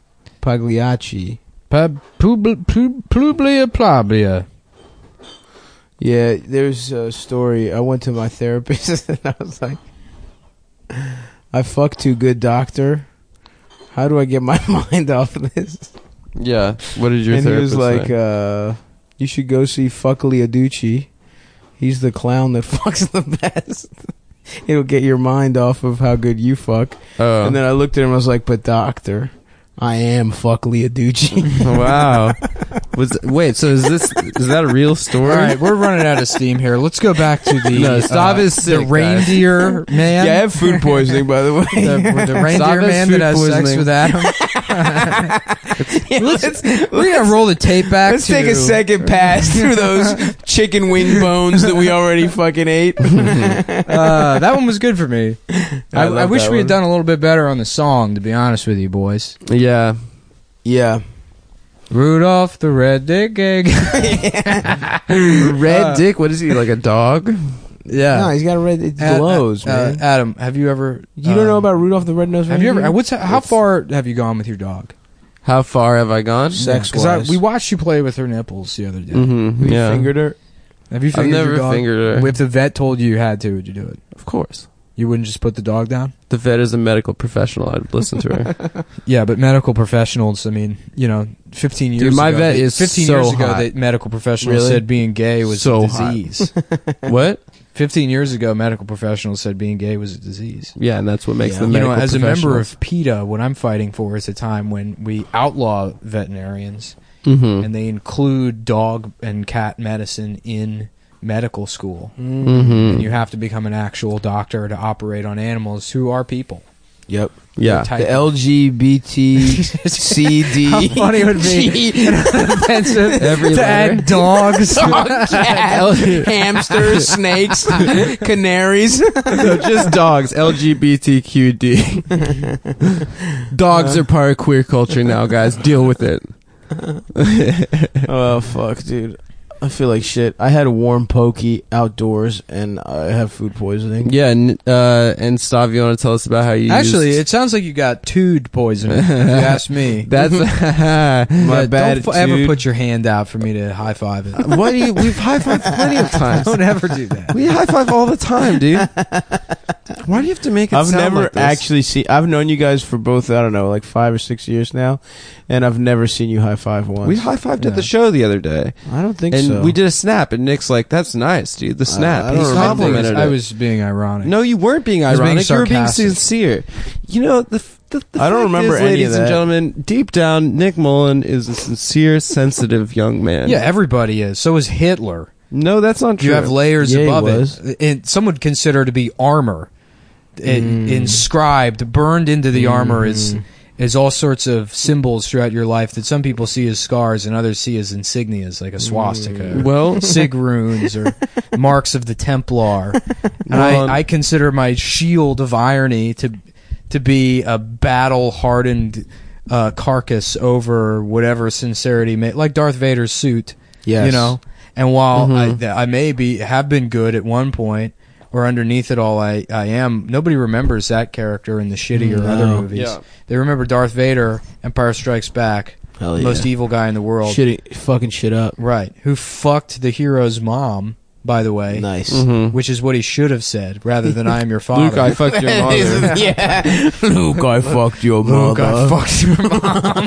C: Pagliacci.
A: Mm-hmm. Pub- pub- pub- Plublia plablia.
C: Yeah, there's a story. I went to my therapist and I was like, I fucked too good, doctor. How do I get my mind off of this?
B: Yeah. What did your
C: and he
B: therapist
C: was like,
B: say?
C: uh, "You should go see Fuckliaducci. He's the clown that fucks the best. It'll get your mind off of how good you fuck."
B: oh.
C: And then I looked at him. I was like, "But doctor, I am fuck Leoducci.
B: wow. Was wait, so is this is that a real story?
A: All right, we're running out of steam here. Let's go back to the
B: No, Stav
A: uh,
B: is sick,
A: the
B: guys.
A: reindeer man.
C: yeah, I have food poisoning, by the way.
A: the, the reindeer
B: Stav has
A: man
B: food
A: that has sex
B: poisoning.
A: with Adam. let's, we're gonna roll the tape back.
C: Let's
A: to-
C: take a second pass through those chicken wing bones that we already fucking ate.
A: Uh, that one was good for me. I, I,
C: love
A: wish
C: that
A: we had
C: one.
A: done a little bit better on the song. To be honest with you, boys.
B: Yeah.
C: Yeah.
A: Rudolph the Red-Dick Egg.
B: Red
A: Uh,
B: Dick, what is he like a dog?
A: yeah.
C: No, he's got a red. It
A: Ad-
C: glows,
A: uh,
C: man.
A: Adam, have you ever?
C: you don't
A: um,
C: know about Rudolph the Red-Nosed
A: Have you
C: Reindeer?
A: ever? What's how far have you gone with your dog?
B: How far have I gone?
C: Sex
A: Because I-
C: wise.
A: we watched you play with her nipples the other day.
B: Mm-hmm.
C: You
B: Yeah.
C: fingered her?
A: Have you
B: I've
A: fingered
B: never
A: your dog?
B: fingered her.
A: If the vet told you you had to, would you do it?
B: Of course.
A: You wouldn't just put the dog down?
B: The vet is a medical professional. I'd listen to her.
A: Yeah, but medical professionals, I mean, you know, 15 years
B: Dude, my
A: ago.
B: vet
A: they-
B: is
A: 15
B: so
A: years ago,
B: hot.
A: that medical professionals
B: Really?
A: said being gay was
B: So
A: a
B: hot.
A: disease.
B: what?
A: 15 years ago, medical professionals said being gay was a disease.
B: Yeah, and that's what makes
C: Yeah.
B: the
A: you know,
B: medical
A: as a member
B: professionals.
A: of PETA, what I'm fighting for is a time when we outlaw veterinarians
B: Mhm.
A: and they include dog and cat medicine in medical school.
C: Mm.
B: Mm. Mm-hmm.
A: And you have to become an actual doctor to operate on animals who are people.
C: Yep.
B: Yeah.
A: Type
C: The
A: of-
C: LGBTCD.
A: How funny it would be. offensive
B: Every
A: to add dogs.
C: hamsters, snakes, canaries.
B: no, just dogs. LGBTQD. dogs are part of queer culture now, guys. Deal with it.
C: oh fuck, dude. I feel like shit. I had a warm pokey outdoors, and I have food poisoning.
B: Yeah, and, uh, and Stav, you want to tell us about how you
A: Actually,
B: used-
A: it sounds like you got tood poisoning. If you ask me.
B: that's my
A: Uh, Don't f- ever put your hand out for me to high five it.
B: What do you? We've high fived plenty of times.
A: Don't ever do that.
B: We high five all the time, dude. Why do you have to make it
C: I've
B: sound
C: never
B: like this?
C: actually seen. I've known you guys for both. I don't know, like five or six years now, and I've never seen you high five once.
B: We high fived
A: Yeah.
B: at the show the other day,
C: I don't think
B: and
C: so.
B: we did a snap, and Nick's like, "That's nice, dude." The snap.
C: I
B: he
C: don't remember.
B: complimented
A: I
B: it.
A: was being ironic.
B: No, you weren't being
A: was being
B: ironic. you were being
A: sarcastic.
B: sincere. You know the. f- the, the
C: I don't
B: fact
C: remember
B: is,
C: any of
B: ladies and
C: that.
B: gentlemen. Deep down, Nick Mullen is a sincere, sensitive young man.
A: Yeah, everybody is. So is Hitler.
B: No, that's not true.
A: You have layers
C: Yeah, he
A: above
C: was.
A: it. And some would consider to be armor.
C: Mm.
A: And inscribed, burned into the armor is is all sorts of symbols throughout your life that some people see as scars and others see as insignias, like a
C: Mm.
A: swastika. or
B: Well-
A: sig runes or marks of the Templar. And
C: Um,
B: Well-
A: I, I consider my shield of irony to to be a battle hardened uh, carcass over whatever sincerity may like Darth Vader's suit.
C: Yes.
A: You know? And while I,
C: Mm-hmm.
A: th- I may be have been good at one point, or underneath it all, I, I am. Nobody remembers that character in the shittier other movies.
B: Yeah.
A: They remember Darth Vader, Empire Strikes Back,
C: Hell yeah.
A: most evil guy in the world,
C: shit, fucking shit up.
A: right? Who fucked the hero's mom, by the way,
C: Nice.
A: which is what he should have said, rather than "I am your father."
B: Luke, I fucked your mother.
C: yeah, Luke, I fucked your
A: Luke, I
C: mother.
A: fucked Oh, your mom.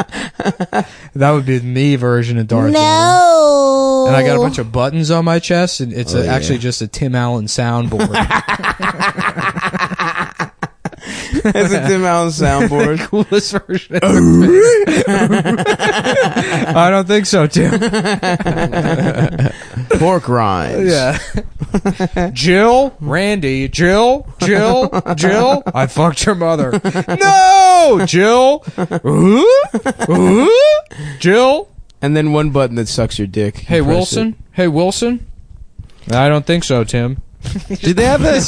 A: that would be me version of Darth Vader.
E: No.
A: and I got a bunch of buttons on my chest, and it's
C: Oh,
A: a,
C: yeah.
A: actually just a Tim Allen soundboard.
C: That's a Tim Allen soundboard.
A: Coolest version. I don't think so, Tim.
C: Pork rinds.
A: Jill, Randy, Jill, Jill, Jill. I fucked your mother. No, Jill. Ooh, ooh, Jill.
C: And then one button that sucks your dick. You
A: Hey
C: press
A: Wilson. Hey Wilson. I don't think so, Tim.
B: Did they have a?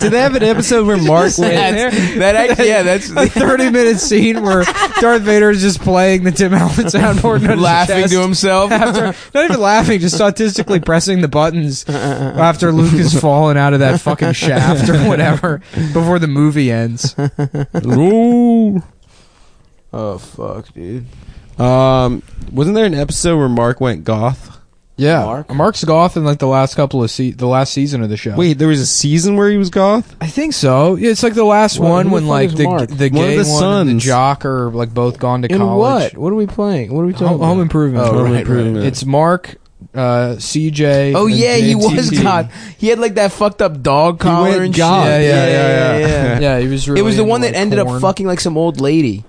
B: did they have an episode where Mark
C: it.
B: went?
C: That's, that actually, yeah,
A: A
C: that's
A: thirty-minute scene where Darth Vader is just playing the Tim Allen soundboard, and
C: laughing to himself.
A: after not even laughing, just autistically pressing the buttons after Luke has fallen out of that fucking shaft or whatever before the movie ends.
B: Ooh.
C: oh fuck, dude.
B: Um, wasn't there an episode where Mark went goth?
A: Yeah,
C: Mark?
A: Mark's goth in like the last couple of se- the last season of the show.
B: Wait, there was a season where he was goth.
A: I think so. Yeah, It's like the last
C: What-
A: one
C: who
A: when
C: the fuck
A: like
C: is
A: the
C: Mark?
A: the
B: One of
A: gay
B: the
A: one and the
B: sons.
A: jock are like both gone to
C: In
A: college.
C: what? What are we playing? What are we talking
A: Home,
C: about?
A: Home Improvement.
C: Oh,
B: Home
C: right, right.
B: Improvement.
A: It's Mark, uh, CJ.
C: Oh
A: and
C: yeah, he
A: JTT.
C: was God. He had like that fucked up dog
A: He went
C: collar and
A: God.
C: shit.
A: Yeah, yeah, yeah, yeah. he was. Really
C: it was the
A: into,
C: one that
A: like,
C: ended
A: porn.
C: up fucking like some old lady.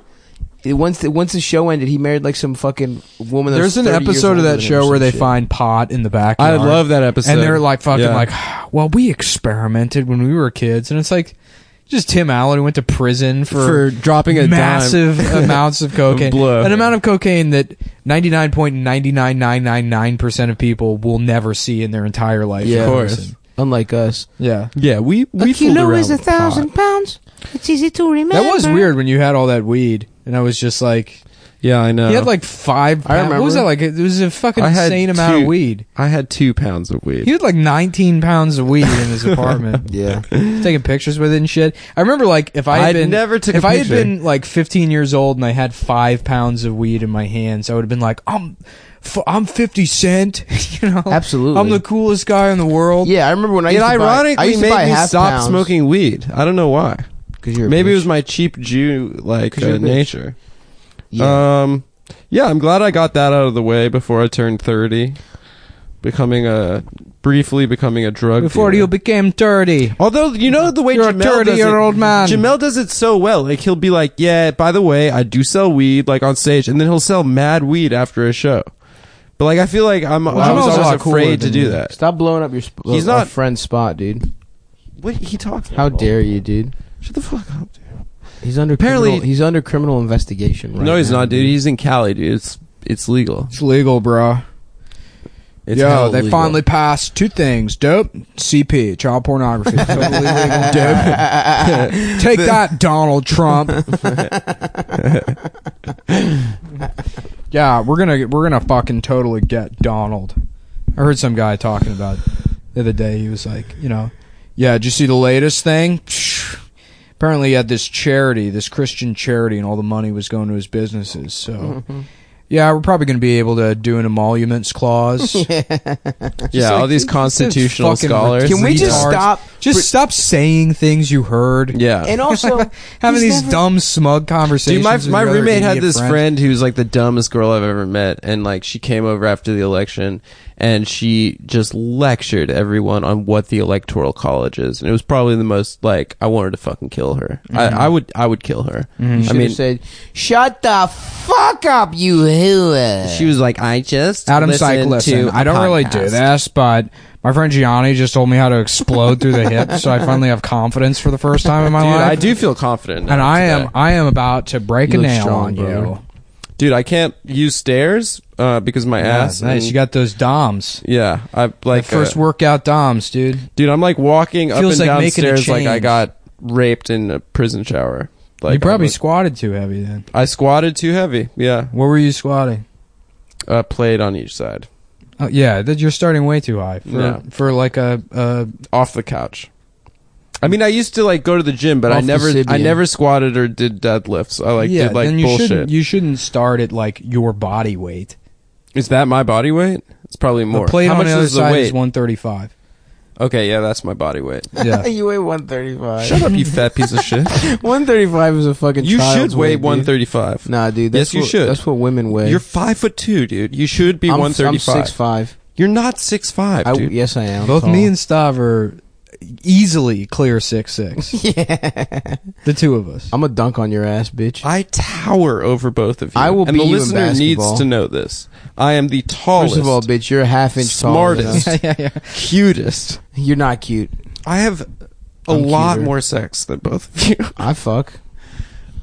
C: It- once the once the show ended, he married like some fucking woman. that was
A: There's an
C: 30 years
A: episode
C: older
A: of
C: than
A: that
C: him
A: show
C: or
A: where
C: some
A: they
C: shit.
A: find pot in the
B: I
A: backyard.
B: love that episode.
A: And they're like fucking
B: Yeah.
A: like, well, we experimented when we were kids, and it's like just Tim Allen who went to prison for,
B: for dropping a
A: massive amounts of cocaine,
B: Blow.
A: an amount of cocaine that ninety nine point ninety nine nine nine nine percent of people will never see in their entire life. in
C: Yeah. Of
B: course.
A: person.
C: Unlike us,
A: yeah.
B: Dime. Yeah, we we fooled around with pot.
C: pounds. It's easy to remember.
A: That was weird when you had all that weed, and I was just like,
B: Yeah, I know.
A: he had like five.
C: I
A: pound- What was
C: remember.
A: that like? It was a fucking
B: I had
A: insane amount of
B: two.
A: weed.
B: I had two pounds of weed.
A: He had like 19 pounds of weed in his apartment,
C: Yeah,
A: taking pictures with it and shit. I remember like if I had
B: I'd
A: been
B: never took a
A: if I had
B: picture.
A: been like 15 years old and I had five pounds of weed in my hands, I would have been like, I'm, f- I'm 50 Cent, you know,
C: absolutely.
A: I'm the coolest guy in the world.
C: yeah, I remember when I
B: it
C: used to buy-
B: ironically
C: I used to
B: made
C: buy
B: me
C: half
B: stop
C: pounds.
B: smoking weed. I don't know why.
C: 'Cause you're a
B: Maybe it
C: bitch.
B: was my cheap Jew like
C: 'Cause you're
B: uh,
C: a bitch.
B: nature.
A: uh,
C: Yeah.
B: Um, yeah, I'm glad I got that out of the way before I turned 30, becoming a briefly becoming a drug
A: Before
B: dealer.
A: you became 30.
B: Although you know the way
A: You're a
B: Jamel does it-
A: 30-year-old man.
B: Jamel does it so well. Like he'll be like, "Yeah, by the way, I do sell weed like on stage," and then he'll sell mad weed after a show. But like I feel like I'm I
A: Jamel's
B: was
A: a lot
B: always
A: cooler
B: afraid to
A: than
B: do
A: you.
B: that.
C: Stop blowing up your sp-
B: He's
C: He's not
B: not-
C: friend's spot, dude.
B: What he talks?
C: How dare you, dude?
B: Shut the fuck up. Dude.
C: He's under
B: Apparently-
C: criminal, he's under criminal investigation. Right
B: no, he's
C: now,
B: not, dude. He's in Cali, dude. It's it's legal.
A: It's legal, bro.
B: It's
A: Yo,
B: hella
A: they
B: legal.
A: finally passed two things: dope, CP, child pornography, totally legal. Dope. Take that, Donald Trump. yeah, we're gonna we're gonna fucking totally get Donald. I heard some guy talking about the other day. He was like, you know, yeah, did you see the latest thing? Psh. Apparently, he had this charity, this Christian charity, and all the money was going to his businesses. So,
B: Mm-hmm.
A: yeah, we're probably going to be able to do an emoluments clause.
B: yeah.
A: Just
B: all
A: like,
B: these
A: it's
B: constitutional
A: fucking
B: scholars.
A: ridiculous.
C: Can we just
A: Retards.
C: stop?
A: Just
C: Pre-
A: stop saying things you heard.
B: Yeah.
C: And also,
A: Having
C: he's
A: these
C: never-
A: dumb, smug
B: Dude,
A: conversations.
B: my
A: with
B: my
A: your other
B: roommate had
A: idiot
B: this friend who was like the dumbest girl I've ever met, and like she came over after the election, and she just lectured everyone on what the electoral college is, and it was probably the most like I wanted to fucking kill her.
A: Mm-hmm.
B: I, I would I would kill her. I
C: I
B: mean,
C: mean, said, "Shut the fuck up, you hooer."
B: she was like, I just
A: Adam
B: listen
A: Syke, listen,
B: to
A: I don't
B: a
A: really do
B: podcast."
A: this, but my friend Gianni just told me how to explode through the hip, so I finally have confidence for the first time in my
B: Dude,
A: life.
B: I do feel confident,
A: and
B: now
A: I
B: today.
A: am, I am about to break
C: You
A: a
C: look
A: nail
C: strong,
A: on
C: brother.
A: you.
B: dude. I can't use stairs uh, because my
A: Yeah,
B: ass.
A: nice.
B: and-
A: You got those DOMs.
B: yeah. I like
A: Like first
B: uh,
A: workout DOMs, dude.
B: dude. I'm like walking up
A: Feels
B: and
A: like
B: down
A: making a
B: stairs like I
A: change.
B: got raped in a prison shower. Like
A: you probably
B: I was-
A: squatted too heavy then.
B: I squatted too heavy. Yeah,
A: What were you squatting?
B: uh, played on each side,
A: Oh, yeah, that you're starting way too high for
B: Yeah.
A: for like a, a
B: off the couch. I mean, I used to like go to the gym, but I
C: Off the
B: never, I
C: Sibian.
B: never squatted or did deadlifts. I like did like
A: then you
B: bullshit.
A: Shouldn't, you shouldn't start at like your body weight.
B: is that my body weight? It's probably more.
A: The plate
B: How
A: on
B: much
A: the other
B: is the
A: side
B: weight?
A: is 135.
B: okay, yeah, that's my body weight.
A: Yeah.
C: you weigh one thirty-five.
B: Shut up, you fat piece of shit.
C: One thirty-five is a fucking.
B: You should
C: child's
B: weigh
C: dude.
B: one thirty five.
C: Nah, dude.
B: Yes,
C: That's
B: you
C: what,
B: should.
C: That's what women weigh.
B: You're five foot two, dude. You should be
C: I'm-
B: one thirty
C: I'm six
B: five.
C: five.
B: You're not six five,
C: I,
B: dude.
C: yes, I am.
A: Both
C: tall.
A: me and Stav are easily clear six six.
C: yeah.
A: the two of us.
C: I'm gonna dunk on your ass, bitch.
B: I tower over both of you.
C: I will
B: and
C: beat
B: the
C: you in
B: listener needs
C: basketball.
B: to know this. I am the tallest,
C: First of all, bitch, you're a half inch taller.
B: smartest,
C: than us.
A: yeah, yeah.
B: cutest.
C: You're not cute.
B: I have a
C: I'm
B: lot
C: cuter.
B: more sex than both of you.
C: I fuck.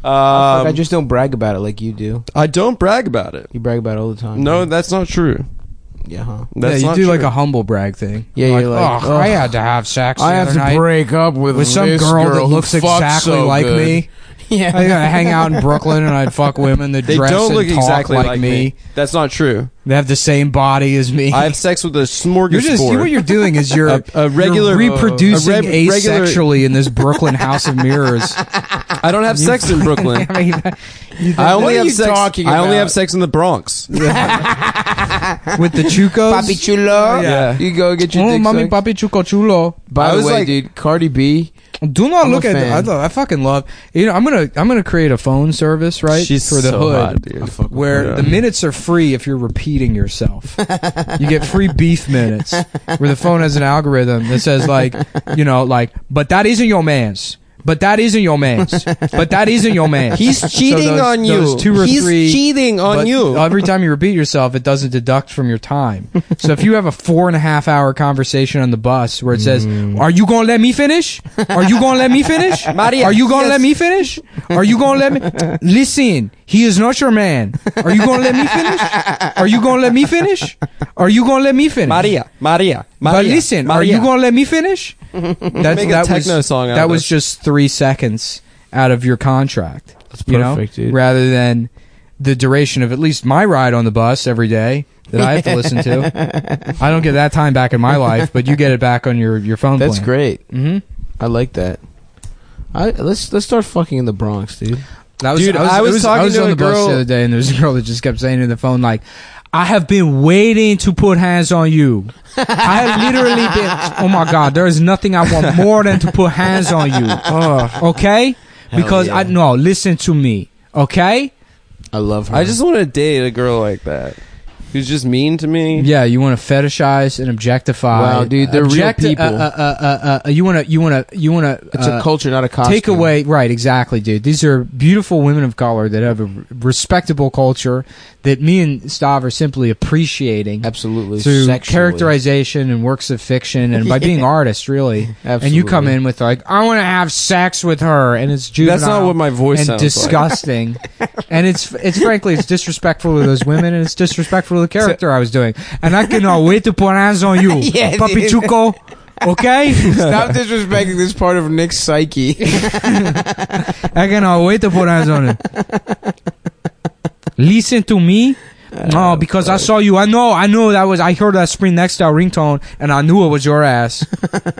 B: Um,
C: Fuck, I just don't brag about it like you do.
B: I don't brag about it.
C: You brag about it all the time.
B: No,
C: dude.
B: that's not true.
C: yeah, huh?
A: Yeah,
B: That's
A: you
B: not
A: do
B: true.
A: like a humble brag thing.
C: Yeah,
A: like,
C: you're like,
A: "Ugh, I
C: ugh,
A: had to have sex.
C: I
A: the
C: have
A: other
C: to
A: night
C: break up with,
A: with some
C: this
A: girl, that
C: who
A: looks
C: fucks
A: exactly
C: so
A: like
C: good."
A: me.
C: Yeah,
A: I gotta hang out in Brooklyn and I'd fuck women that
B: They
A: dress
B: don't
A: and
B: look
A: talk
B: exactly
A: like, me.
B: That's not true.
A: They have the same body as me.
B: I have sex with a smorgasbord.
A: You're just you- what you're doing is you're
B: A- a regular-
A: you're reproducing
B: a reg- regular-
A: asexually in this Brooklyn House of Mirrors.
B: I don't have sex in Brooklyn.
A: I mean, you-
B: I only
C: What are
B: have
C: you
B: sex.
C: talking
B: I only
C: about?
B: have sex in the Bronx.
A: with the chucos.
C: Papi Chulo.
B: Yeah.
C: You go get your
A: oh,
C: dick
A: mommy,
C: sucked.
A: papi chuco chulo.
C: By
B: I
C: the
B: was
C: way,
B: like-
C: dude, Cardi B
A: Do not
C: I'm a
A: look at.
C: fan.
A: I love. I fucking love. You know, I'm gonna. I'm gonna create a phone service, right?
B: She's
A: for the
B: so
A: hood,
B: hot, dude. I fuck with
A: where
B: her.
A: the minutes are free if you're repeating yourself. you get free beef minutes, where the phone has an algorithm that says like, you know, like, but that isn't your man's. But that isn't your man's. But that isn't your man's.
B: He's
A: So
B: cheating
A: those-
B: on you.
A: Those two or
B: He's
A: three,
B: cheating on
A: but
B: you.
A: Every time you repeat yourself, it doesn't deduct from your time. so if you have a four and a half hour conversation on the bus where it says,
B: Mm.
A: "Are you gonna let me finish? Are you gonna let me finish?
B: Maria,
A: Are you gonna
B: yes.
A: let me finish? Are you gonna let me listen? He is not your man. Are you gonna let me finish? Are you gonna let me finish? Are you gonna let me finish?
B: Maria, Maria, Maria.
A: But listen,
B: Maria.
A: are you gonna let me finish? That's,
B: Make a techno
A: was,
B: song out
A: that
B: of
A: was
B: this.
A: just three seconds out of your contract. That's
C: perfect, dude.
A: Rather than the duration of at least my ride on the bus every day that I have to listen to. I don't get that time back in my life, but you get it back on your your phone.
C: That's great.
A: hmm
C: I like that. I, let's let's start fucking in the Bronx, dude.
A: That was,
B: Dude,
A: I was,
B: I was
A: it was-
B: talking
A: was
B: to
A: on
B: a
A: the bus
B: girl-
A: the other day, and there was a girl that just kept saying to the phone like. I have been waiting to put hands on you. I have literally been. Oh my God! There is nothing I want more than to put hands on you.
B: Oh.
A: okay, because I no. Listen to me. Okay.
C: I love her.
B: I just want to date a girl like that who's just mean to me.
A: Yeah, you want to fetishize and objectify.
C: Wow, dude, they're real people.
A: Uh, uh, uh, uh, uh, you want to. You want to. You want to.
C: it's a culture, not a costume.
A: uh, Take away, right? Exactly, dude. These are beautiful women of color that have a r- respectable culture that me and Stav are simply appreciating
C: absolutely
A: through
C: sexually.
A: characterization and works of fiction, and by being artists, really. And you come
C: Absolutely.
A: in with like, I want to have sex with her, and it's juvenile.
B: That's not what my voice
A: and
B: sounds like.
A: disgusting. and it's it's frankly it's disrespectful to those women, and it's disrespectful to the character I was doing. And I cannot wait to put hands on you,
C: Yeah,
A: Papi
C: dude.
A: Chuco. Okay,
C: Stop disrespecting this part of Nick's psyche.
A: I cannot wait to put hands on it. e Listen to me. No, because I saw you. I know, I know that was. I heard that Spring Next Style ringtone, and I knew it was your ass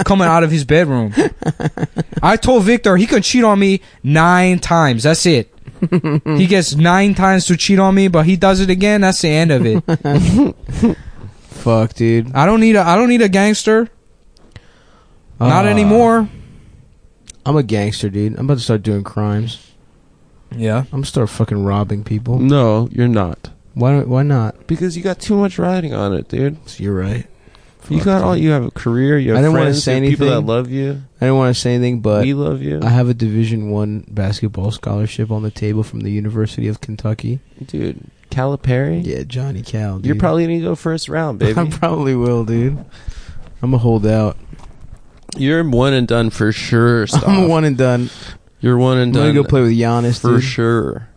A: coming out of his bedroom. I told Victor he can cheat on me nine times. That's it. he gets nine times to cheat on me, but he does it again. That's the end of it.
C: Fuck, dude.
A: I don't need a. I don't need a gangster. Not
C: Uh,
A: anymore.
C: I'm a gangster, dude. I'm about to start doing crimes.
A: Yeah.
C: I'm gonna start fucking robbing people.
B: No, you're not.
C: Why? don't- Why not?
B: Because you got too much riding on it, dude.
C: You're right.
B: You
C: Fuck,
B: got
C: dude.
B: all. You have a career. You have
C: I didn't wanna
B: friends.
C: say
B: you have People that
C: anything,
B: love you.
C: I didn't want to say anything, but
B: we love you,
C: I have a Division One basketball scholarship on the table from the University of Kentucky.
B: dude. Calipari.
C: Yeah, Johnny Cal. Dude.
B: You're probably gonna go first round, baby.
C: I probably will, dude. I'm a holdout.
B: You're one and done for sure.
C: I'm a
B: Stav.
C: one and done.
B: You're one and
C: I'm
B: done.
C: gonna go play with Giannis
B: for
C: dude.
B: sure.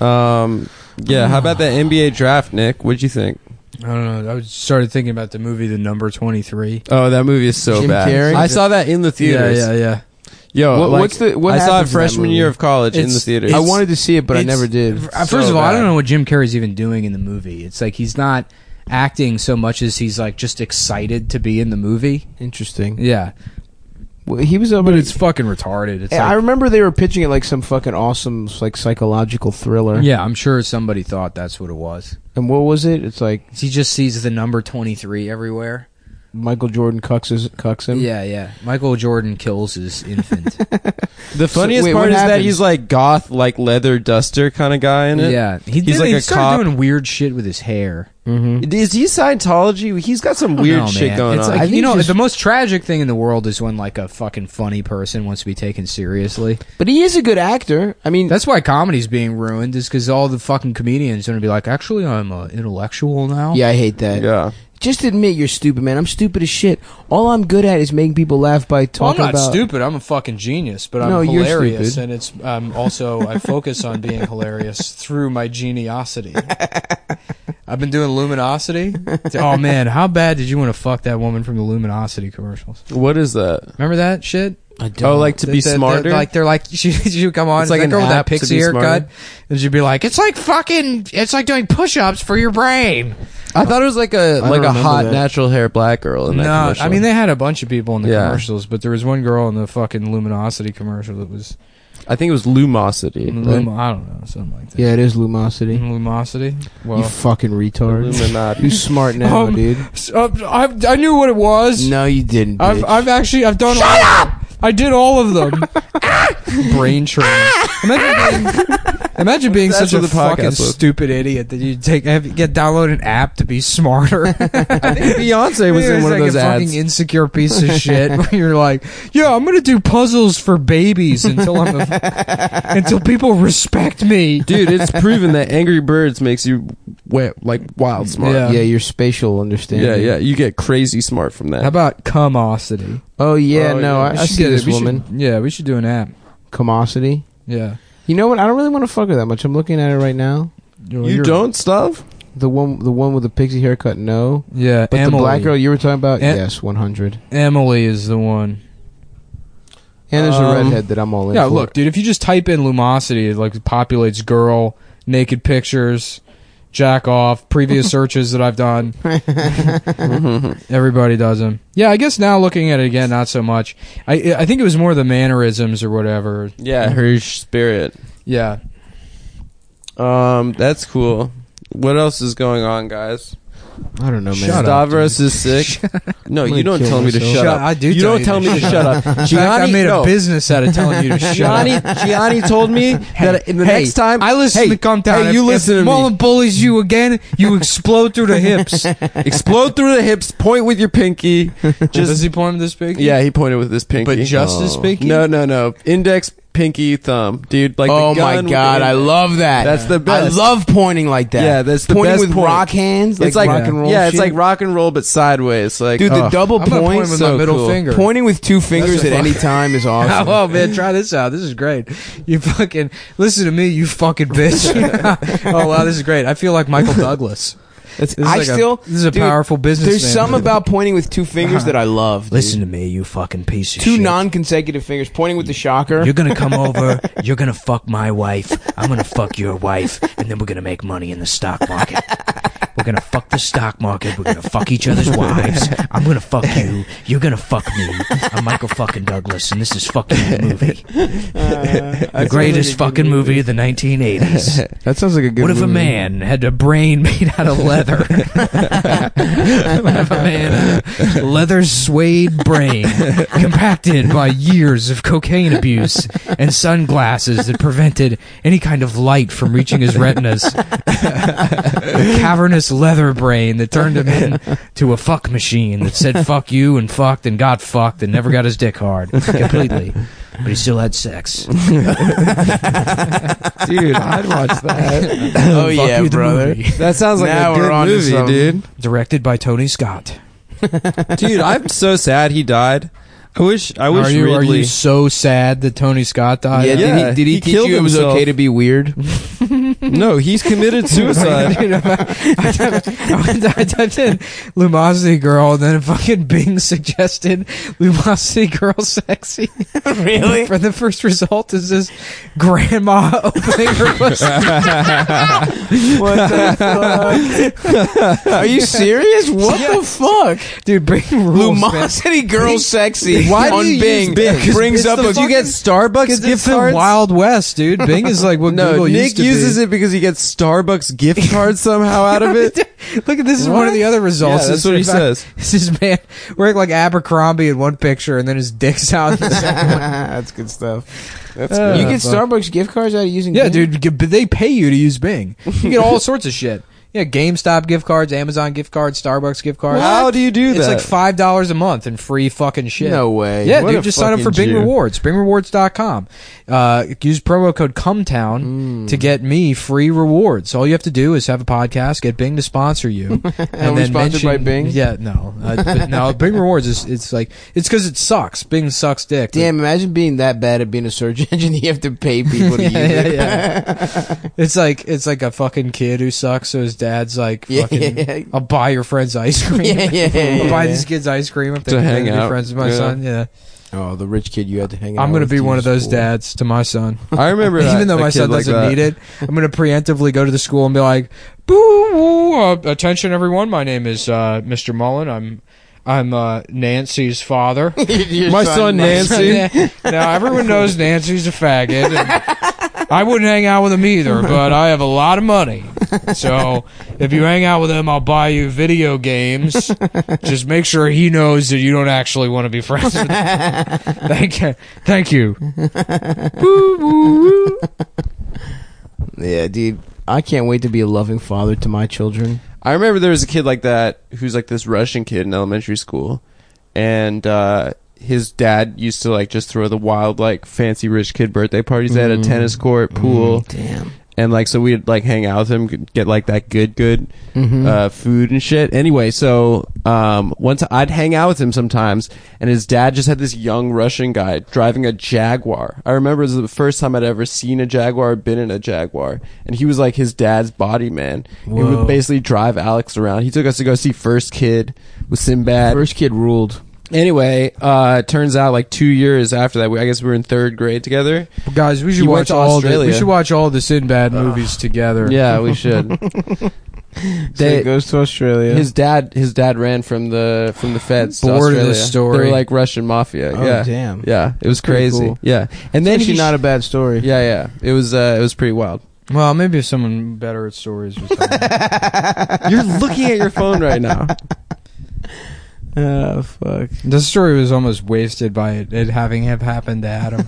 B: Um, yeah. How about that NBA draft, Nick? What'd you think?
A: I don't know. I started thinking about the movie The Number Twenty Three.
B: Oh, that movie is so
C: Jim
B: bad.
C: Carrey?
B: I saw that in the theaters.
A: Yeah, yeah, yeah.
B: Yo,
C: What-
B: like,
C: what's the- what
B: I saw it
C: happens in that
B: freshman
C: movie?
B: year of college in the
A: It's-
B: theater.
C: I
A: it's-
C: wanted to see it, but I
A: it's-
C: never did.
A: Uh,
B: So
A: First of all, I
B: bad.
A: don't know what Jim Carrey's even doing in the movie. It's like he's not acting so much as he's like just excited to be in the movie.
C: Interesting.
A: Yeah,
C: Well, he was up.
A: but it's fucking retarded. It's
C: I
A: like,
C: remember they were pitching it like some fucking awesome, like psychological thriller.
A: yeah, I'm sure somebody thought that's what it was.
C: And what was it? It's like
A: He just sees the number 23 everywhere.
C: Michael Jordan cucks, is, cucks him.
A: Yeah, yeah. Michael Jordan kills his infant.
B: the funniest
C: wait,
B: part
C: what
B: is that
C: happens?
B: he's like goth, like leather duster kind of guy in it.
A: yeah, he
B: He's
A: did,
B: like
A: he
B: a
A: started
B: cop.
A: doing weird shit with his hair.
B: Is he Scientology? He's got some weird
A: No,
B: shit
A: man.
B: going
A: it's
B: on.
A: Like,
C: I
A: you
C: think
A: know,
C: just-
A: the most tragic thing in the world is when like a fucking funny person wants to be taken seriously.
C: But he is a good actor. I mean,
A: That's why comedy's being ruined, is because all the fucking comedians are gonna be like, actually, I'm an intellectual now.
C: yeah, I hate that.
B: yeah.
C: Just admit you're stupid, man. I'm stupid as shit. All I'm good at is making people laugh by
A: Well, I'm
C: talking
A: not
C: about.
A: stupid. I'm a fucking genius, but I'm
C: No, you're
A: hilarious,
C: stupid.
A: and it's um, also I focus on being hilarious through my geniosity. I've been doing luminosity. Oh man, how bad did you want to fuck that woman from the luminosity commercials?
B: What is that?
A: Remember that shit?
C: I
B: Oh, like to
A: That-
B: be
A: that- that-
B: smarter.
A: like they're like she she would come on,
B: It's
A: it's like
B: like
A: that
B: an
A: girl with that
B: app to be
A: pixie haircut,
B: smarter.
A: and she'd be like, "It's like fucking, it's like doing push-ups for your brain."
B: I thought it was like a
C: I
B: like a
C: remember
B: hot
C: that.
B: natural hair black girl in that
A: No,
B: commercial.
A: I mean they had a bunch of people in the
B: Yeah.
A: commercials, but there was one girl in the fucking luminosity commercial that was
B: I think it was Lumosity.
A: lum- I don't know something like that.
C: yeah, it is
A: Mm-hmm.
C: lumosity.
A: Lumosity.
C: you fucking retard.
B: Illuminati.
C: You smart now,
A: Um,
C: dude.
A: So, I, I knew what it was.
C: No, you didn't.
A: I've,
C: bitch.
A: I've actually I've done. Shut up! I did all of them.
B: Ah!
A: Brain training. Imagine being, imagine being
B: That's
A: such a
B: what the podcast
A: fucking
B: was.
A: stupid idiot that you take have, get download an app to be smarter. I think
B: Beyonce was in one
A: like
B: of those
A: a
B: ads.
A: fucking insecure piece of shit. where You're like, yeah, I'm gonna do puzzles for babies until I'm a, until people respect me.
B: Dude, it's proven that Angry Birds makes you wa- like wild smart.
A: Yeah.
B: Yeah.
C: yeah, your spatial understanding.
B: yeah, You get crazy smart from that.
A: How about cumosity?
C: Oh yeah,
B: Oh,
C: no,
B: yeah. We
C: I, I
A: We should
C: see
A: get-
C: this
A: we should-
C: woman.
A: yeah, we should do an app.
C: Comosity.
A: Yeah,
C: You know what? I don't really want to fuck her that much. I'm looking at her right now.
B: you don't stuff?
C: The one, the one with the pixie haircut. No,
A: Yeah,
C: but
A: Emily.
C: the black girl you were talking about.
A: Em-
C: yes, 100.
A: Emily is the one.
C: And there's
B: Um,
C: a redhead that I'm all in.
A: Yeah,
C: for.
A: look, dude. If you just type in lumosity, it like populates girl naked pictures, jack off, previous searches that I've done. Everybody does them. Yeah, I guess now looking at it again, not so much. I I think it was more the mannerisms or whatever.
B: Yeah, her spirit.
A: Yeah.
B: Um, that's cool. What else is going on, guys?
C: I don't know, man.
A: Shut up.
B: Stavros is sick. Oh, no,
C: I'm
B: you don't
C: gonna kill
B: tell me to
C: myself.
B: shut
A: Shut-
B: up.
A: I do
B: You
A: tell
B: don't
A: you
B: tell
A: to
B: me to
A: shut
B: shut up.
A: In fact, I made
B: no.
A: a business out of telling you to shut
B: Gianni,
A: up.
B: Gianni told me that in the
A: Hey,
B: next time
A: I listen
B: hey,
A: to come down.
B: Hey,
A: If-
B: you listen
A: if
B: to me.
A: Mullen bullies you again, you explode through the hips.
B: Explode through the hips. Point with your pinky.
A: Does
B: Just
A: he point this big?
B: yeah, he pointed with his pinky.
A: But just his Oh. pinky?
B: No, no, no. Index, pinky, thumb, dude. Like
C: oh
B: the gun
C: my
B: with
C: god,
B: the
C: I
B: index.
C: love that.
B: That's the best.
C: I love pointing like that.
B: Yeah, that's the
C: pointing
B: best
C: with
B: point.
C: rock hands. Like
B: it's like
C: rock and roll.
B: Yeah,
C: shit.
B: it's like rock and roll, but sideways. Like
C: dude. The
B: ugh.
C: double
A: I'm gonna point
C: points.
A: with
C: so
A: my middle
C: cool.
A: finger.
C: Pointing with two fingers
A: That's
C: at
A: a
C: any
A: fuck.
C: time is awesome.
A: Oh man, try this out. This is great. You fucking listen to me, you fucking bitch. oh wow, this is great. I feel like Michael Douglas.
C: That's-
A: This is
C: I
A: like a-
C: still
A: this is a
C: dude,
A: powerful businessman.
C: There's some about pointing with two fingers that I love. dude.
F: Listen to me, you fucking piece of
C: two
F: shit.
C: non-consecutive fingers pointing with the shocker.
F: You're gonna come over. You're gonna fuck my wife. I'm gonna fuck your wife, and then we're gonna make money in the stock market. We're gonna fuck the stock market. We're gonna fuck each other's wives. I'm gonna fuck you. You're gonna fuck me. I'm Michael fucking Douglas, and this is fucking the movie,
C: Uh,
F: the greatest fucking movie of the 1980s.
C: That sounds like a good.
F: What if a man had a brain made out of leather? what if a man had a leather suede brain compacted by years of cocaine abuse and sunglasses that prevented any kind of light from reaching his retinas? a cavernous leather brain that turned him into a fuck machine that said fuck you and fucked and got fucked and never got his dick hard completely. But he still had sex.
B: dude. I'd watch that.
C: Oh
F: Fuck
C: yeah,
F: you, the
C: brother.
F: movie.
B: That sounds like
C: Now
B: a
C: we're
B: good
C: onto
B: movie,
C: something.
B: dude.
F: Directed by Tony Scott.
B: Dude, I'm so sad he died. I wish. I wish
A: are you are
B: Ridley.
A: you so sad that Tony Scott died?
C: Yeah,
B: Yeah,
C: Did he, did he,
B: he
C: teach
B: killed
C: you it was
B: himself.
C: okay to be weird?
B: no, he's committed suicide.
A: I went- I typed in Lumosity Girl, and then fucking Bing suggested Lumosity Girl Sexy.
C: really?
A: For the first result is this grandma opening her pussy.
C: What the fuck? Are you serious? What the fuck?
A: Dude, bring rules, man.
C: Lumosity girl sexy
A: Why do
C: on
A: you use
C: Bing,
A: Bing? 'Cause
C: brings
A: it's
C: up
A: the
C: a
A: fucking-
B: Starbucks
A: Because it's the Wild West, dude. Bing is like what
B: No,
A: Google
B: Nick
A: used to
B: uses
A: be.
B: it because he gets Starbucks gift cards somehow out of it.
A: Look at this is one of the other results.
B: Yeah, that's
A: This
B: what he
A: is-
B: says.
A: This is man wearing like Abercrombie in one picture, and then his dick's out. in the second.
C: That's good stuff. That's good. Uh, You get
A: fuck.
C: Starbucks gift cards out of using
A: yeah,
C: Bing?
A: dude. g- But they pay you to use Bing. You get all sorts of shit. Yeah, GameStop gift cards, Amazon gift cards, Starbucks gift cards.
B: How do you do
A: It's
B: that?
A: like five dollars a month and free fucking shit.
C: No way.
A: Yeah,
C: What a
A: dude, just sign up for
C: fucking
A: Bing
C: Jew.
A: Rewards, BingRewards.com. Uh, use promo code
C: Hmm.
A: Cumtown to get me free rewards. All you have to do is have a podcast, get Bing to sponsor you,
C: Are
A: and
C: we sponsored by Bing?
A: Yeah, no, uh, but no. Bing Rewards is it's like it's because it sucks. Bing sucks dick.
C: Damn, imagine being that bad at being a search engine. You have to pay people to use
A: yeah, yeah,
C: it.
A: yeah. it's like it's like a fucking kid who sucks. So his dad's like,
C: Yeah,
A: fucking,
C: yeah.
A: I'll buy your friend's ice cream.
C: Yeah, yeah, yeah,
A: I'll buy
C: yeah.
A: these kids ice cream if they
B: To
A: can
B: hang
A: be
B: out.
A: friends with my
B: Yeah.
A: son. Yeah,
C: Oh, the rich kid you had to hang out
A: I'm gonna
C: with
A: be
C: to
A: one of
C: use
A: those
C: school.
A: dads to my son.
B: I remember that,
A: even though
B: a
A: my
B: kid
A: son
B: like
A: doesn't
B: that.
A: need it, I'm going to preemptively go to the school and be like, "Boo! woo, Uh, attention, everyone! My name is uh, Mr. Mullen. I'm I'm uh, Nancy's father.
C: Your
B: My son Nancy.
A: now everyone knows Nancy's a faggot. and I wouldn't hang out with him either, but I have a lot of money.
F: So if you hang out with him, I'll buy you video games. Just make sure he knows that you don't actually want to be friends with him. thank you. Thank you.
C: Yeah, dude. I can't wait to be a loving father to my children.
B: I remember there was a kid like that who's like this Russian kid in elementary school, and uh, his dad used to like just throw the wild like fancy rich kid birthday parties. They had
A: Mm.
B: a tennis court, pool,
C: Damn.
B: and like so we'd like hang out with him, g- get like that good good
C: Mhm.
B: uh, food and shit. Anyway, so um, once I'd hang out with him sometimes, and his dad just had this young Russian guy driving a Jaguar. I remember it was the first time I'd ever seen a Jaguar, been in a Jaguar, and he was like his dad's body man. He would basically drive Alex around. He took us to go see First Kid with Sinbad.
C: First kid ruled.
B: Anyway, uh, it turns out like two years after that, we, I guess we were in third grade together.
A: Guys, we should
B: He went
A: watch
B: to
A: all the, we
B: Australia.
A: should watch all the Sinbad movies together.
B: Yeah, we should.
C: So
B: They-
C: he goes to Australia.
B: His dad, his dad ran from the from the feds. to
A: Bored of
B: Australia.
A: this story.
B: They were like Russian mafia.
C: Oh,
B: yeah,
C: damn.
B: Yeah, it was
C: pretty
B: crazy.
C: cool.
B: Yeah, and then
C: actually
B: he
C: not a bad story.
B: yeah, yeah. It was uh, it was pretty wild.
A: Well, maybe if someone better at stories was telling.
B: You're looking at your phone right now.
C: Oh fuck.
A: the story was almost wasted by it, it having have happened to Adam.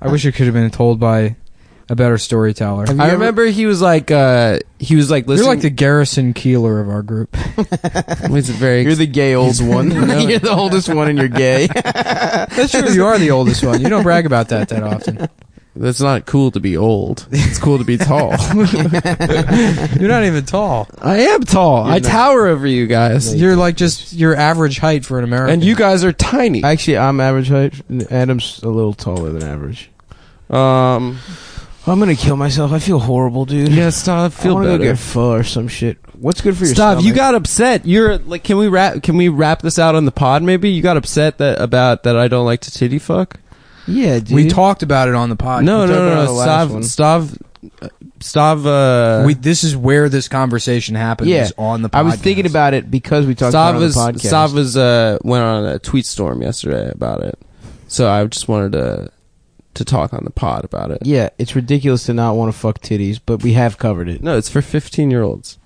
A: I wish it could have been told by a better storyteller.
B: I remember he was like uh, he was like
A: You're
B: listening.
A: like the Garrison Keeler of our group.
B: he's very
C: You're the gay old one. you're the oldest one and you're gay.
A: That's true. You are the oldest one. You don't brag about that that often.
B: that's not cool to be old. It's cool to be tall.
A: You're not even tall.
B: I am tall. I tower over you guys.
A: You're like just your average height for an American.
B: and you guys are tiny.
C: Actually, I'm average height. Adam's a little taller than average.
B: Um,
C: I'm gonna kill myself. I feel horrible, dudude.
B: yeah, stop.
C: I
B: Feel
C: wanna
B: better.
C: go get pho or some shit. What's good for your
B: Stop!
C: stomach?
B: You got upset. You're like, can we wrap? Can we wrap this out on the pod? Maybe you got upset that about that I don't like to titty fuck.
C: yeah, dude.
A: we talked about it on the pod.
B: no,
C: we talked
B: no,
C: about
B: no,
C: it on
B: no.
C: the last
B: Stav,
C: one.
B: Stav, uh, Stav. Uh,
A: we, this is where this conversation happened.
C: Yeah.
A: was on the. Podcast.
C: I was thinking about it because we talked
B: Stav
C: about it
B: was
C: on the podcast.
B: Stav was uh, went on a tweet storm yesterday about it. So I just wanted to to talk on the pod about it.
C: yeah, it's ridiculous to not want to fuck titties, but we have covered it.
B: No, it's for fifteen year olds.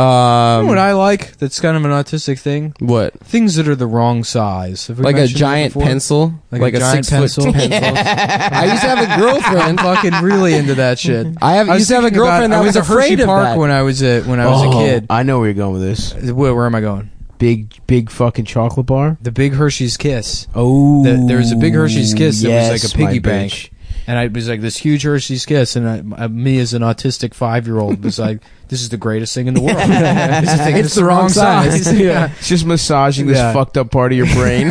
A: You
B: Um,
A: know what I like? That's kind of an autistic thing.
B: what?
A: Things that are the wrong size. Have we
B: Like a
A: mentioned that
B: giant
A: before?
B: pencil,
A: Like
B: like,
A: a
B: a,
A: giant
B: six foot
A: pencil?
B: pencil. I used to have a
A: I'm
B: girlfriend.
A: fucking really into that shit.
B: I have
A: was
B: used to have a
A: thinking about-
B: girlfriend that
A: I went
B: was
A: to Hershey
B: afraid of
A: Park
B: that.
A: when I was a when I was
C: Oh,
A: a kid.
C: I know where you're going with this.
A: Where, where am I going?
C: Big, big fucking chocolate bar.
A: The big Hershey's Kiss.
C: Oh,
A: The- there was a big Hershey's Kiss that was like a
C: my
A: piggy bank.
C: bitch.
A: And I, it was like this huge Hershey's Kiss, and I, uh, me as an autistic five year old was like, "This is the greatest thing in the world. This is thing- this is the wrong size.
C: yeah. It's just massaging this
A: Yeah.
C: fucked up part of your brain.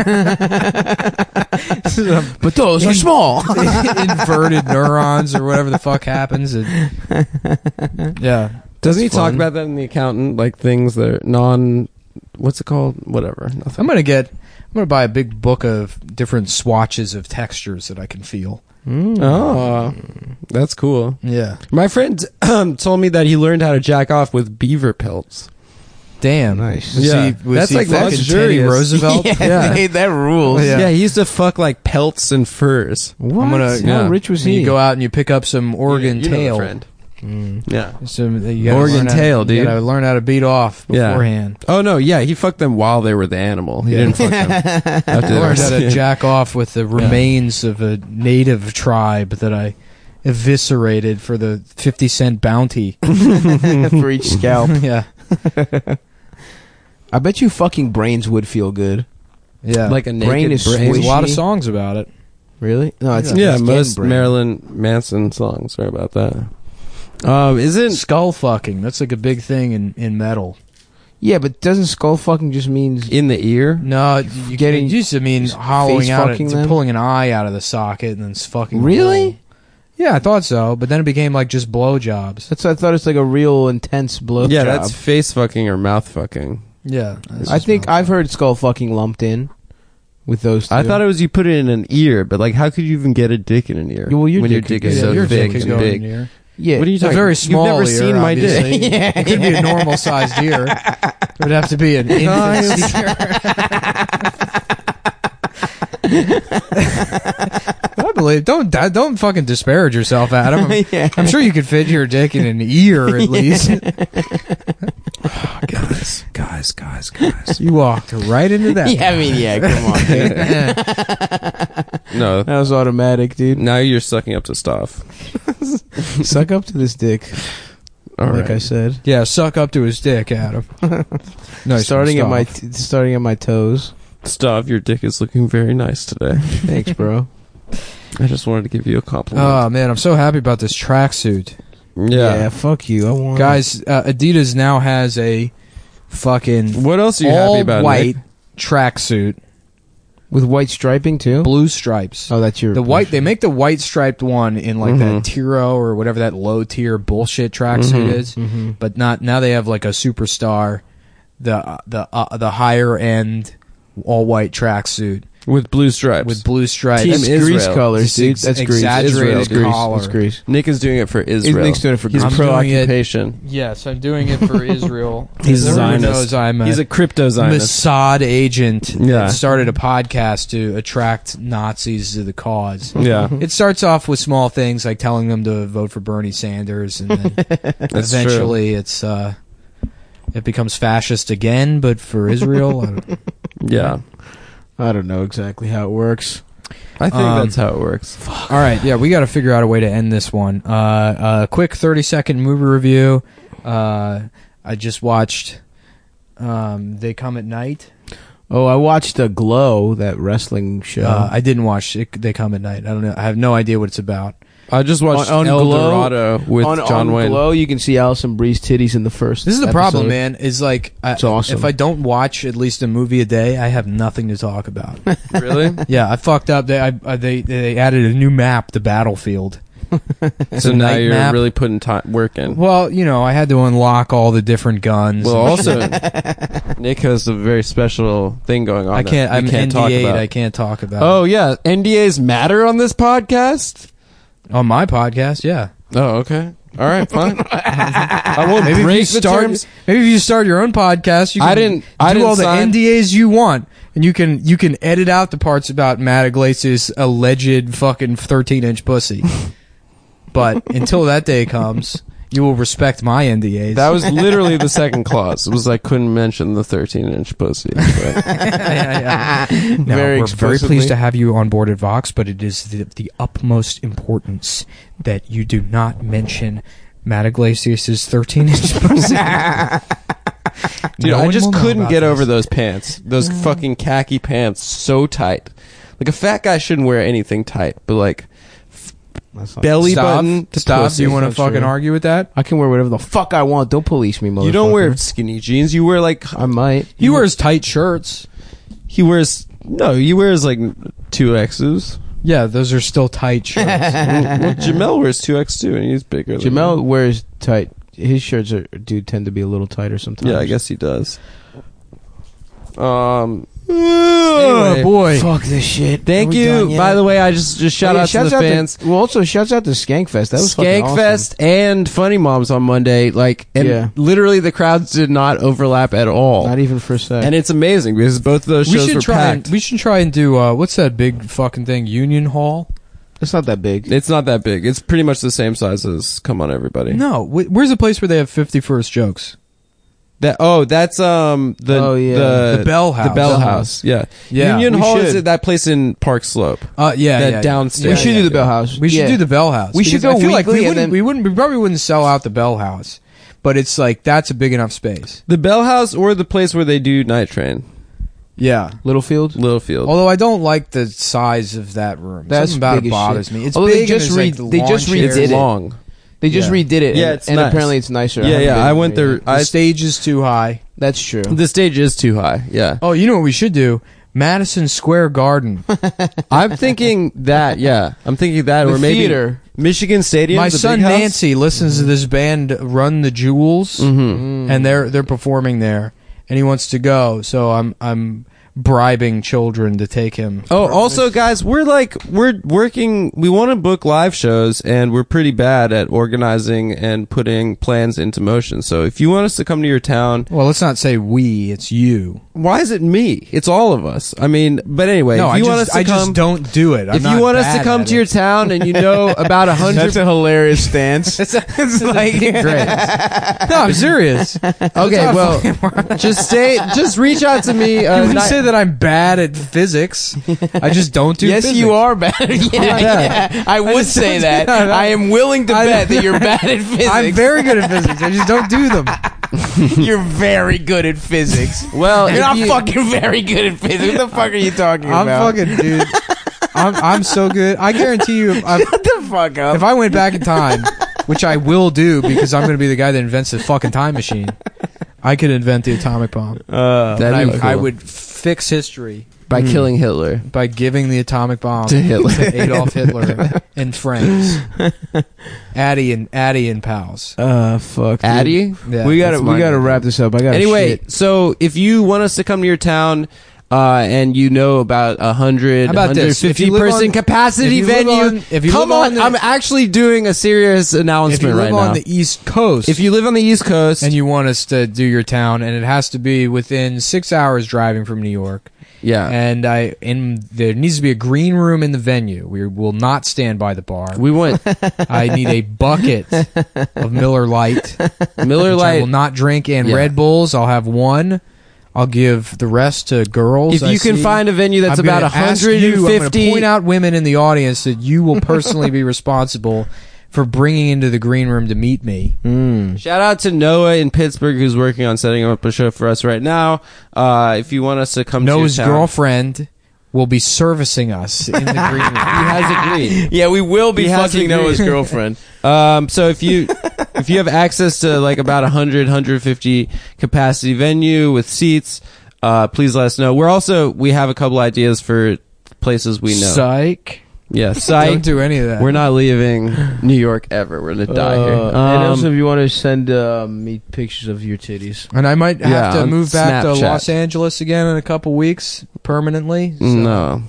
C: but those are small.
A: Inverted neurons or whatever the fuck happens." And, yeah,
B: Doesn't he talk
C: fun.
B: about that in the accountant? Like things that are non. What's it called? Whatever. Nothing.
A: I'm gonna get. I'm gonna buy a big book of different swatches of textures that I can feel.
B: Oh, that's cool.
A: Yeah.
B: My friend um, told me that he learned how to jack off with beaver pelts.
A: Damn.
C: Nice.
A: Was
B: Yeah.
A: he- was
B: That's
A: he
B: like
A: fucking Teddy
B: luxurious.
A: Roosevelt.
C: Hey, that rules.
B: Yeah. he used to fuck like pelts and furs.
C: What?
A: I'm gonna-
C: How
B: yeah.
C: rich was
A: And
C: he?
A: you go out and you pick up some Oregon
B: You know the
A: tail.
B: friend. Yeah.
A: So you gotta
B: Oregon
A: learn how-
B: tail,
A: You
B: dude.
A: gotta learn how to beat off
B: Yeah.
A: beforehand.
B: Oh no, yeah, he fucked them while they were the animal. He
A: Yeah.
B: didn't fuck them. after they were-
A: learned how to jack off with the remains of a native tribe that I eviscerated for the 50 cent bounty.
C: for each scalp.
A: yeah.
C: I bet you fucking brains would feel good.
A: Yeah.
B: like a naked
C: Brain
B: brain.
C: is
A: there's a lot of
C: squishy.
A: songs about it.
C: Really? No, it's
B: yeah,
C: it's
B: most
C: brain.
B: Marilyn Manson songs are about that. Um, isn't
A: Skull fucking. That's like a big thing in, in metal.
C: Yeah, but doesn't skull fucking just means
B: in the ear?
A: No, you
C: Getting-
A: getting used to mean
C: just
A: hollowing
C: face
A: out,
C: fucking
A: it's
C: them?
A: pulling an eye out of the socket and then it's fucking.
C: Really?
A: whole. Yeah, I thought so, but then it became like just blowjobs.
C: That's I thought it's like a real intense blow.
B: yeah,
C: job.
B: that's face fucking or mouth fucking.
A: Yeah,
C: I think I've heard skull fucking lumped in with those. Two.
B: I thought it was you put it in an ear, but like, how could you even get a dick in an ear?
C: Yeah, well, your
B: when your
C: dick
B: dick
C: could
B: is
C: go-
B: so
C: your dick
B: big
C: could
B: and big.
A: Ear.
C: Yeah.
B: What are you
A: It's a
B: talking?
A: very small.
B: You've never
A: ear,
B: seen my dick.
A: obviously. It could be a normal sized ear. It would have to be an
C: Oh,
A: infant's ear. I li- don't di- don't fucking disparage yourself, Adam. I'm, I'm sure you could fit your dick in an ear at least.
F: guys, guys, guys, guys.
A: You walked right into that.
C: yeah, I mean, yeah, come on, dude.
B: No,
C: That was automatic, dude.
B: now you're sucking up to stuff.
C: Suck up to this dick,
B: All right.
C: like I said.
A: Yeah, suck up to his dick, Adam. nice.
C: starting at
A: stuff.
C: my t- starting at my toes.
B: Stav, your dick is looking very nice today.
C: Thanks, bro.
B: I just wanted to give you a compliment.
A: Oh man, I'm so happy about this tracksuit,
B: yeah.
C: fuck you. I want
A: guys. Uh, Adidas now has a fucking
B: What else are you
A: all
B: happy about?
A: white
B: Nick?
A: tracksuit,
C: with white striping too.
A: blue stripes.
C: Oh, that's your
A: The white they make the white striped one in like
B: Mhm.
A: that Tiro or whatever that low tier bullshit tracksuit
B: Mhm.
A: is,
C: hmm
A: but not now they have like a superstar, the the uh, the higher end all white tracksuit
B: with blue stripes.
A: with blue stripes.
B: Team
C: That's
B: Israel.
C: grease colors,
A: It's
C: dude.
A: ex-
C: That's
A: exaggerated
C: grease. It's grease.
A: collar.
C: It's grease.
B: Nick is doing it for Israel.
C: Nick's doing it for
B: He's
A: I'm
B: pro
A: doing it-
B: occupation.
A: Yes, I'm doing it for Israel.
B: He's a
A: Everyone
B: Zionist.
A: knows I'm a,
B: He's a crypto Zionist.
A: Mossad agent
B: Yeah.
A: that started a podcast to attract Nazis to the cause.
B: yeah,
A: It starts off with small things like telling them to vote for Bernie Sanders, and then
B: that's true.
A: eventually it's uh, it becomes fascist again, but for Israel. I don't-
B: Yeah,
C: I don't know exactly how it works.
B: I think
A: Um,
B: that's how it works.
A: All right, yeah, we got to figure out a way to end this one. Uh, uh, quick thirty second movie review. Uh, I just watched. Um, they come at night.
C: Oh, I watched a Glow that wrestling show.
A: Uh, I didn't watch. It, they come at night. I don't know. I have no idea what it's about.
B: I just watched
C: on
B: El
C: Glow-
B: Dorado with
C: on,
B: John
C: on
B: Wayne.
C: Glow, you can see Allison Bree's titties in the first.
A: This is the
C: episode.
A: problem, man. Is like I,
C: It's awesome.
A: if I don't watch at least a movie a day, I have nothing to talk about.
B: Really?
A: yeah, I fucked up. They I, I, they they added a new map to Battlefield.
B: so
A: a
B: now
A: night
B: you're
A: map.
B: really putting time work in.
A: Well, you know, I had to unlock all the different guns.
B: Well, also, Nick has a very special thing going on.
A: I
B: that
A: can't.
B: we
A: I'm
B: can't talk
A: NDA.
B: about.
A: I can't talk about.
B: Oh yeah, NDAs matter on this podcast.
A: it. on my podcast, yeah.
B: Oh okay. All right, fine. I won't
A: Maybe
B: break
A: if you
B: the
A: start,
B: terms.
A: maybe if you start your own podcast, you can
B: I didn't-
A: do
B: I didn't
A: all the
B: sign-
A: NDAs you want, and you can you can edit out the parts about Matt Iglesias' alleged fucking thirteen inch pussy. but until that day comes, you will respect my NDAs.
B: That was literally the second clause. It was I couldn't mention the 13 inch pussy. But
A: yeah, yeah. Now,
C: Very
A: we're very
C: explicitly.
A: pleased to have you on board at Vox, but it is the, the utmost importance that you do not mention Matt Iglesias' 13 inch pussy.
B: dude,
A: No
B: I
A: one
B: just
A: will know
B: couldn't
A: about
B: get
A: this.
B: over those pants. Those fucking khaki pants, so tight. Like a fat guy shouldn't wear anything tight, but like
C: That's not-
B: belly
A: Stop.
B: button to
A: Stop.
B: pussy.
A: you want to
C: That's not
A: fucking
C: true.
A: argue with that?
C: I can wear whatever the fuck I want. Don't police me, motherfucker.
B: You don't wear skinny jeans. You wear like
C: I might.
A: He wears tight shirts.
B: he wears no. He wears like two X's.
A: Yeah, those are still tight shirts.
B: well, well, Jamel wears two X too, and he's bigger. than
C: Jamel wears tight. His shirts are do tend to be a little tighter
B: me.
C: sometimes.
B: Yeah, I guess he does. Um.
A: oh
B: anyway.
A: boy.
C: Fuck this shit.
B: Thank you. By the way, I just just Oh, shout out to the fans.
C: well, also shouts out to Skankfest. That was fucking awesome.
B: Skankfest and Funny Moms on Monday. Like, and
C: Yeah.
B: literally the crowds did not overlap at all.
C: Not even for a sec.
B: and it's amazing because both of those
A: We
B: shows
A: should
B: were
A: try. And,
B: packed.
A: we should try and do uh, what's that big fucking thing? Union Hall?
C: it's not that big.
B: it's not that big. It's pretty much the same size as Come On Everybody.
A: No. Wh- where's the place where they have fifty first jokes?
B: That oh, that's um the
C: Oh, yeah.
B: the,
A: The Bell House.
B: The Bell House. Yeah.
A: Yeah.
B: Union
C: We
B: Hall
C: should.
B: is at that place in Park Slope.
A: Uh, yeah,
B: That
A: yeah, yeah.
B: downstairs.
C: we should do the Bell House.
A: We should
C: Yeah.
A: do the Bell House.
C: We should
A: because
C: go
A: I feel like we
C: weekly and
A: wouldn't,
C: then-
A: we wouldn't. We probably wouldn't sell out the Bell House, but it's like that's a big enough space.
B: The Bell House or the place where they do Night Train,
A: Yeah.
C: Littlefield.
B: Littlefield.
A: Although I don't like the size of that room.
C: That's
A: Something about
C: big
A: it
C: as
A: bothers
C: shit.
A: me. It's
C: Although
A: big
C: they
A: and
C: just
A: there's,
C: re-
A: like, the
C: they just
A: lawn
C: redid
A: chairs.
C: it.
B: it's long.
C: They just
A: Yeah.
C: redid it.
B: Yeah,
C: and,
B: it's
C: and
B: nice.
C: apparently it's nicer.
B: Yeah,
C: haven't
B: yeah.
C: been
B: I went
C: there
B: there.
C: yet.
B: I,
A: The stage is too high.
C: That's true.
B: the stage is too high. Yeah.
A: Oh, you know what we should do? Madison Square Garden.
B: I'm thinking that. Yeah, I'm thinking that,
C: The
B: or maybe
C: theater.
B: Michigan Stadium.
A: My
B: the
A: son
B: big house?
A: Nancy listens to this band Run the Jewels,
B: Mm.
A: and they're they're performing there, and he wants to go. So I'm I'm bribing children to take him.
B: Oh, also, guys, we're like we're working. We want to book live shows, and we're pretty bad at organizing and putting plans into motion. So, if you want us to come to your town,
A: Well, let's not say we. It's you.
B: why is it me? It's all of us. I mean, but anyway,
A: no,
B: if
A: I
B: you
A: just,
B: want us to
A: I
B: come,
A: just don't do it. I'm
B: if
A: not
B: you want us to
A: bad
B: come
A: at
B: to
A: it.
B: your town and you know about a hundred
C: That's a hilarious stance.
A: it's like great. No, I'm serious.
B: Okay, well, just say, just reach out to me.
A: You
B: Uh,
A: wouldn't
B: not-
A: say that I'm bad at physics. I just don't do.
C: yes,
A: physics.
C: you are bad. at yeah,
A: Yeah.
C: yeah. I would
A: just
C: say
A: don't
C: that.
A: do that.
C: I am willing to
A: I-
C: bet that you're bad at physics.
A: I'm very good at physics. I just don't do them.
C: you're very good at physics.
B: well,
C: You're
B: if
C: not
B: you-
C: fucking very good at physics. What the fuck are you talking
A: I'm
C: about?
A: fucking dude. I'm I'm so good. I guarantee you, if, I,
C: Shut the fuck up.
A: if I went back in time, which I will do because I'm going to be the guy that invents the fucking time machine, I could invent the atomic bomb.
C: Uh,
B: that'd
A: And
B: be
A: I, I
B: cool.
A: would Hmm. fix history
B: by killing Hitler.
A: by giving the atomic bomb
B: To Hitler.
A: to Adolf Hitler and friends, Addy and Addy and pals.
C: uh, fuck. dude.
B: Addy?
A: Yeah,
C: we gotta
B: that's
C: we
B: mine.
C: gotta wrap this up. I gotta
B: anyway,
C: shit.
B: so if you want us to come to your town uh, and you know about a hundred,
A: How about this? If
B: 150
A: you live
B: person
A: on-
B: capacity
A: if you live on-
B: venue,
A: if you
B: come
A: live
B: on,
A: on the-
B: I'm actually doing a serious
A: if
B: announcement
A: you live
B: right
A: on
B: now.
A: the East Coast,
B: if you live on the East Coast,
A: and you want us to do your town, and it has to be within six hours driving from New York.
B: yeah,
A: And I, in there needs to be a green room in the venue. We will not stand by the bar.
B: we want
A: I need a bucket of Miller Lite.
B: Miller
A: which I will
B: Lite.
A: not drink, and
B: Yeah.
A: Red Bulls. I'll have one. I'll give the rest to girls.
B: If you can find a venue that's about
A: a
B: 150
A: point out women in the audience that you will personally be responsible for bringing into the green room to meet me.
B: Shout out to Noah in Pittsburgh who's working on setting up a show for us right now. Uh, if you want us to come
A: Noah's
B: to your town,
A: girlfriend will be servicing us in the green room.
B: he has agreed.
C: yeah, we will be
B: He has
C: fucking
B: agreed.
C: Noah's girlfriend.
B: Um, so if you if you have access to like about 100 150 capacity venue with seats, uh, please let us know. We're also we have a couple ideas for places we know.
A: Psych.
B: yeah,
A: Don't
B: psych.
A: do any of that.
B: We're not leaving New York ever. We're gonna die here.
C: Uh, and also,
B: Um,
C: if you want to send uh, me pictures of your titties,
A: And I might have
B: Yeah,
A: to
B: on
A: move back
B: Snapchat.
A: to Los Angeles again in a couple weeks permanently. So
B: no,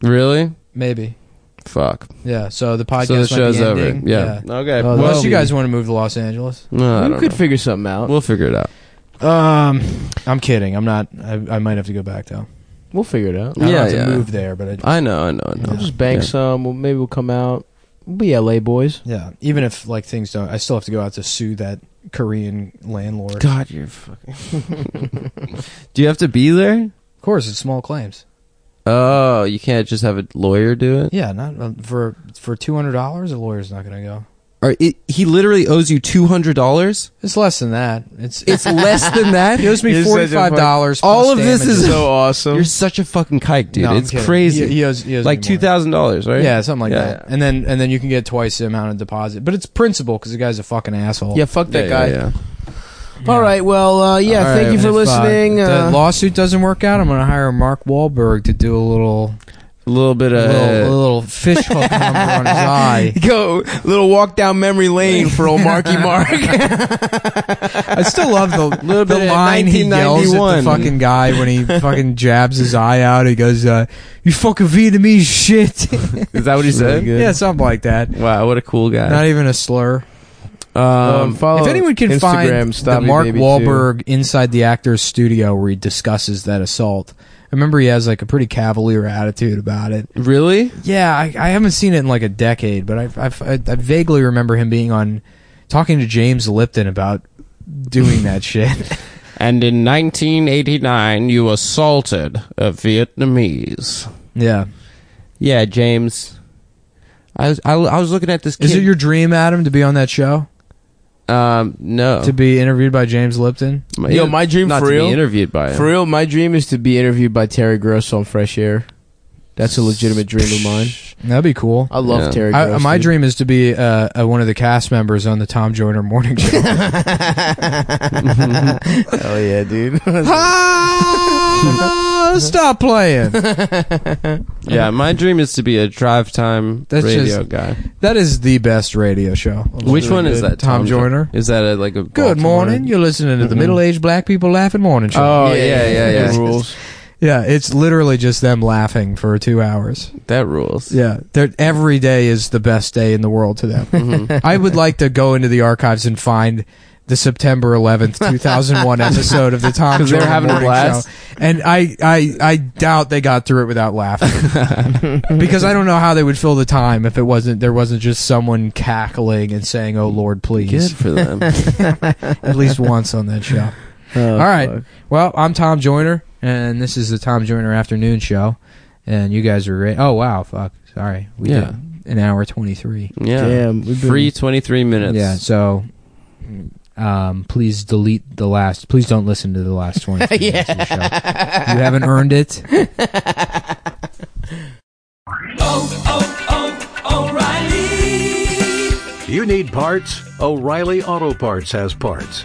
B: really?
A: Maybe.
B: Fuck.
A: Yeah. So the podcast
B: so the show's
A: might be
B: over.
A: ending.
B: Yeah. Okay.
C: Oh,
A: Unless
C: that'll
A: you
C: be-
A: guys want to move to Los Angeles.
B: no, I
C: we
B: don't
C: could
B: know.
C: figure something out. We'll,
B: We'll figure it out.
A: Um, I'm kidding. I'm not. I, I might have to go back though.
C: figure it out.
A: I don't
B: Yeah,
A: have to
B: yeah.
A: move there, but I,
B: I know, I know, I know.
C: We'll just bank
B: Yeah.
C: some. We'll, maybe we'll come out. We'll be LA boys.
A: yeah. Even if like things don't, I still have to go out to sue that Korean landlord.
B: God, you're fucking. do you have to be there?
A: Of course, it's small claims.
B: Oh, you can't just have a lawyer do it.
A: Yeah, not uh, for for two hundred dollars. A lawyer's not gonna go.
B: Or it, he literally owes you two hundred dollars.
A: It's less than that. It's
B: It's less than that.
A: He owes me
C: You're
A: forty
C: such a fuck-
A: five dollars.
B: All of this is-
C: So awesome.
B: You're such a fucking kike, dude.
A: Um, No, I'm
B: it's
A: kidding.
B: crazy.
A: He, he owes, he owes
B: like
A: me
B: two
A: more.
B: thousand dollars, right?
A: Yeah, something like
B: Yeah,
A: that. And then and then you can get twice the amount of deposit, but it's principal because the guy's a fucking asshole.
C: yeah, fuck that guy.
B: Yeah,
C: All right. Well, uh, yeah.
B: All
C: thank
B: right.
C: you for
A: And if, uh,
C: listening.
A: if
C: Uh,
A: the lawsuit doesn't work out, I'm going to hire Mark Wahlberg to do a little
B: A little bit of.
A: little, little fish hook number on his eye.
C: go little walk down memory lane for old Marky Mark.
A: I still love the little
B: bit
A: the
B: of
A: line he yells at the
B: 1991.
A: fucking guy when he fucking jabs his eye out. He goes, uh, "You fucking Vietnamese shit."
B: is that what he said?
A: yeah, something like that.
B: Wow, what a cool guy.
A: Not even a slur.
B: Um,
C: follow
A: if anyone can
C: Instagram,
A: find
C: Stop
A: the
C: Me
A: Mark
C: Baby
A: Wahlberg inside the actor's studio where he discusses that assault, I remember he has like a pretty cavalier attitude about it.
B: really?
A: Yeah, I, I haven't seen it in like a decade, but I, I, I vaguely remember him being on talking to James Lipton about doing that shit.
B: And in 1989, you assaulted a Vietnamese.
A: Yeah,
B: Yeah, James. I was I, I was looking at this. Kid.
A: is it your dream, Adam, to be on that show
B: um no?
A: to be interviewed by James Lipton?
B: My-
C: Yo, my dream
B: not
C: for
B: to
C: real-
B: Be interviewed by
C: Too.
B: him.
C: For real, my dream is to be interviewed by Terry Gross on Fresh Air. That's a legitimate dream of mine.
A: That'd be cool.
C: I love
B: Yeah.
C: Terry Gross.
A: I, my
C: dude.
A: dream is to be uh, uh, one of the cast members on the Tom Joyner Morning Show.
C: oh yeah, dude.
A: Ah, Stop playing.
B: Yeah, my dream is to be a drive time
A: That's
B: radio
A: just-
B: guy.
A: That is the best radio show.
B: Which one is
A: Good.
B: that?
A: Tom, Joyner.
B: Is that a, like a
A: Good
B: Baltimore- Mm-hmm.
A: morning. You're listening to the middle-aged black people laughing morning show.
B: Oh yeah, yeah, yeah.
C: That rules.
A: Yeah, it's literally just them laughing for two hours.
B: That rules.
A: Yeah, they're, every day is the best day in the world to them. I would like to go into the archives and find the September 11th, 2001 episode of the Tom
B: 'Cause they were
A: Jordan
B: having a
A: Morning
B: blast?
A: Show. And I, I, I doubt they got through it without laughing
B: Mm-hmm.
A: because I don't know how they would fill the time if it wasn't, there wasn't just someone cackling and saying, Oh Lord,
B: Good
A: please
B: for them.
A: at least once on that show. All right. Well, I'm Tom Joyner and this is the Tom Joyner afternoon show. And you guys are re Oh wow. Fuck. Sorry. We
B: Yeah.
A: did an hour 23.
B: Yeah.
C: Damn, we've been-
B: Free 23 minutes.
A: Yeah, so um, please delete the last. Please don't listen to the last one. yeah. You haven't earned it.
G: You need parts? O'Reilly Auto Parts has parts.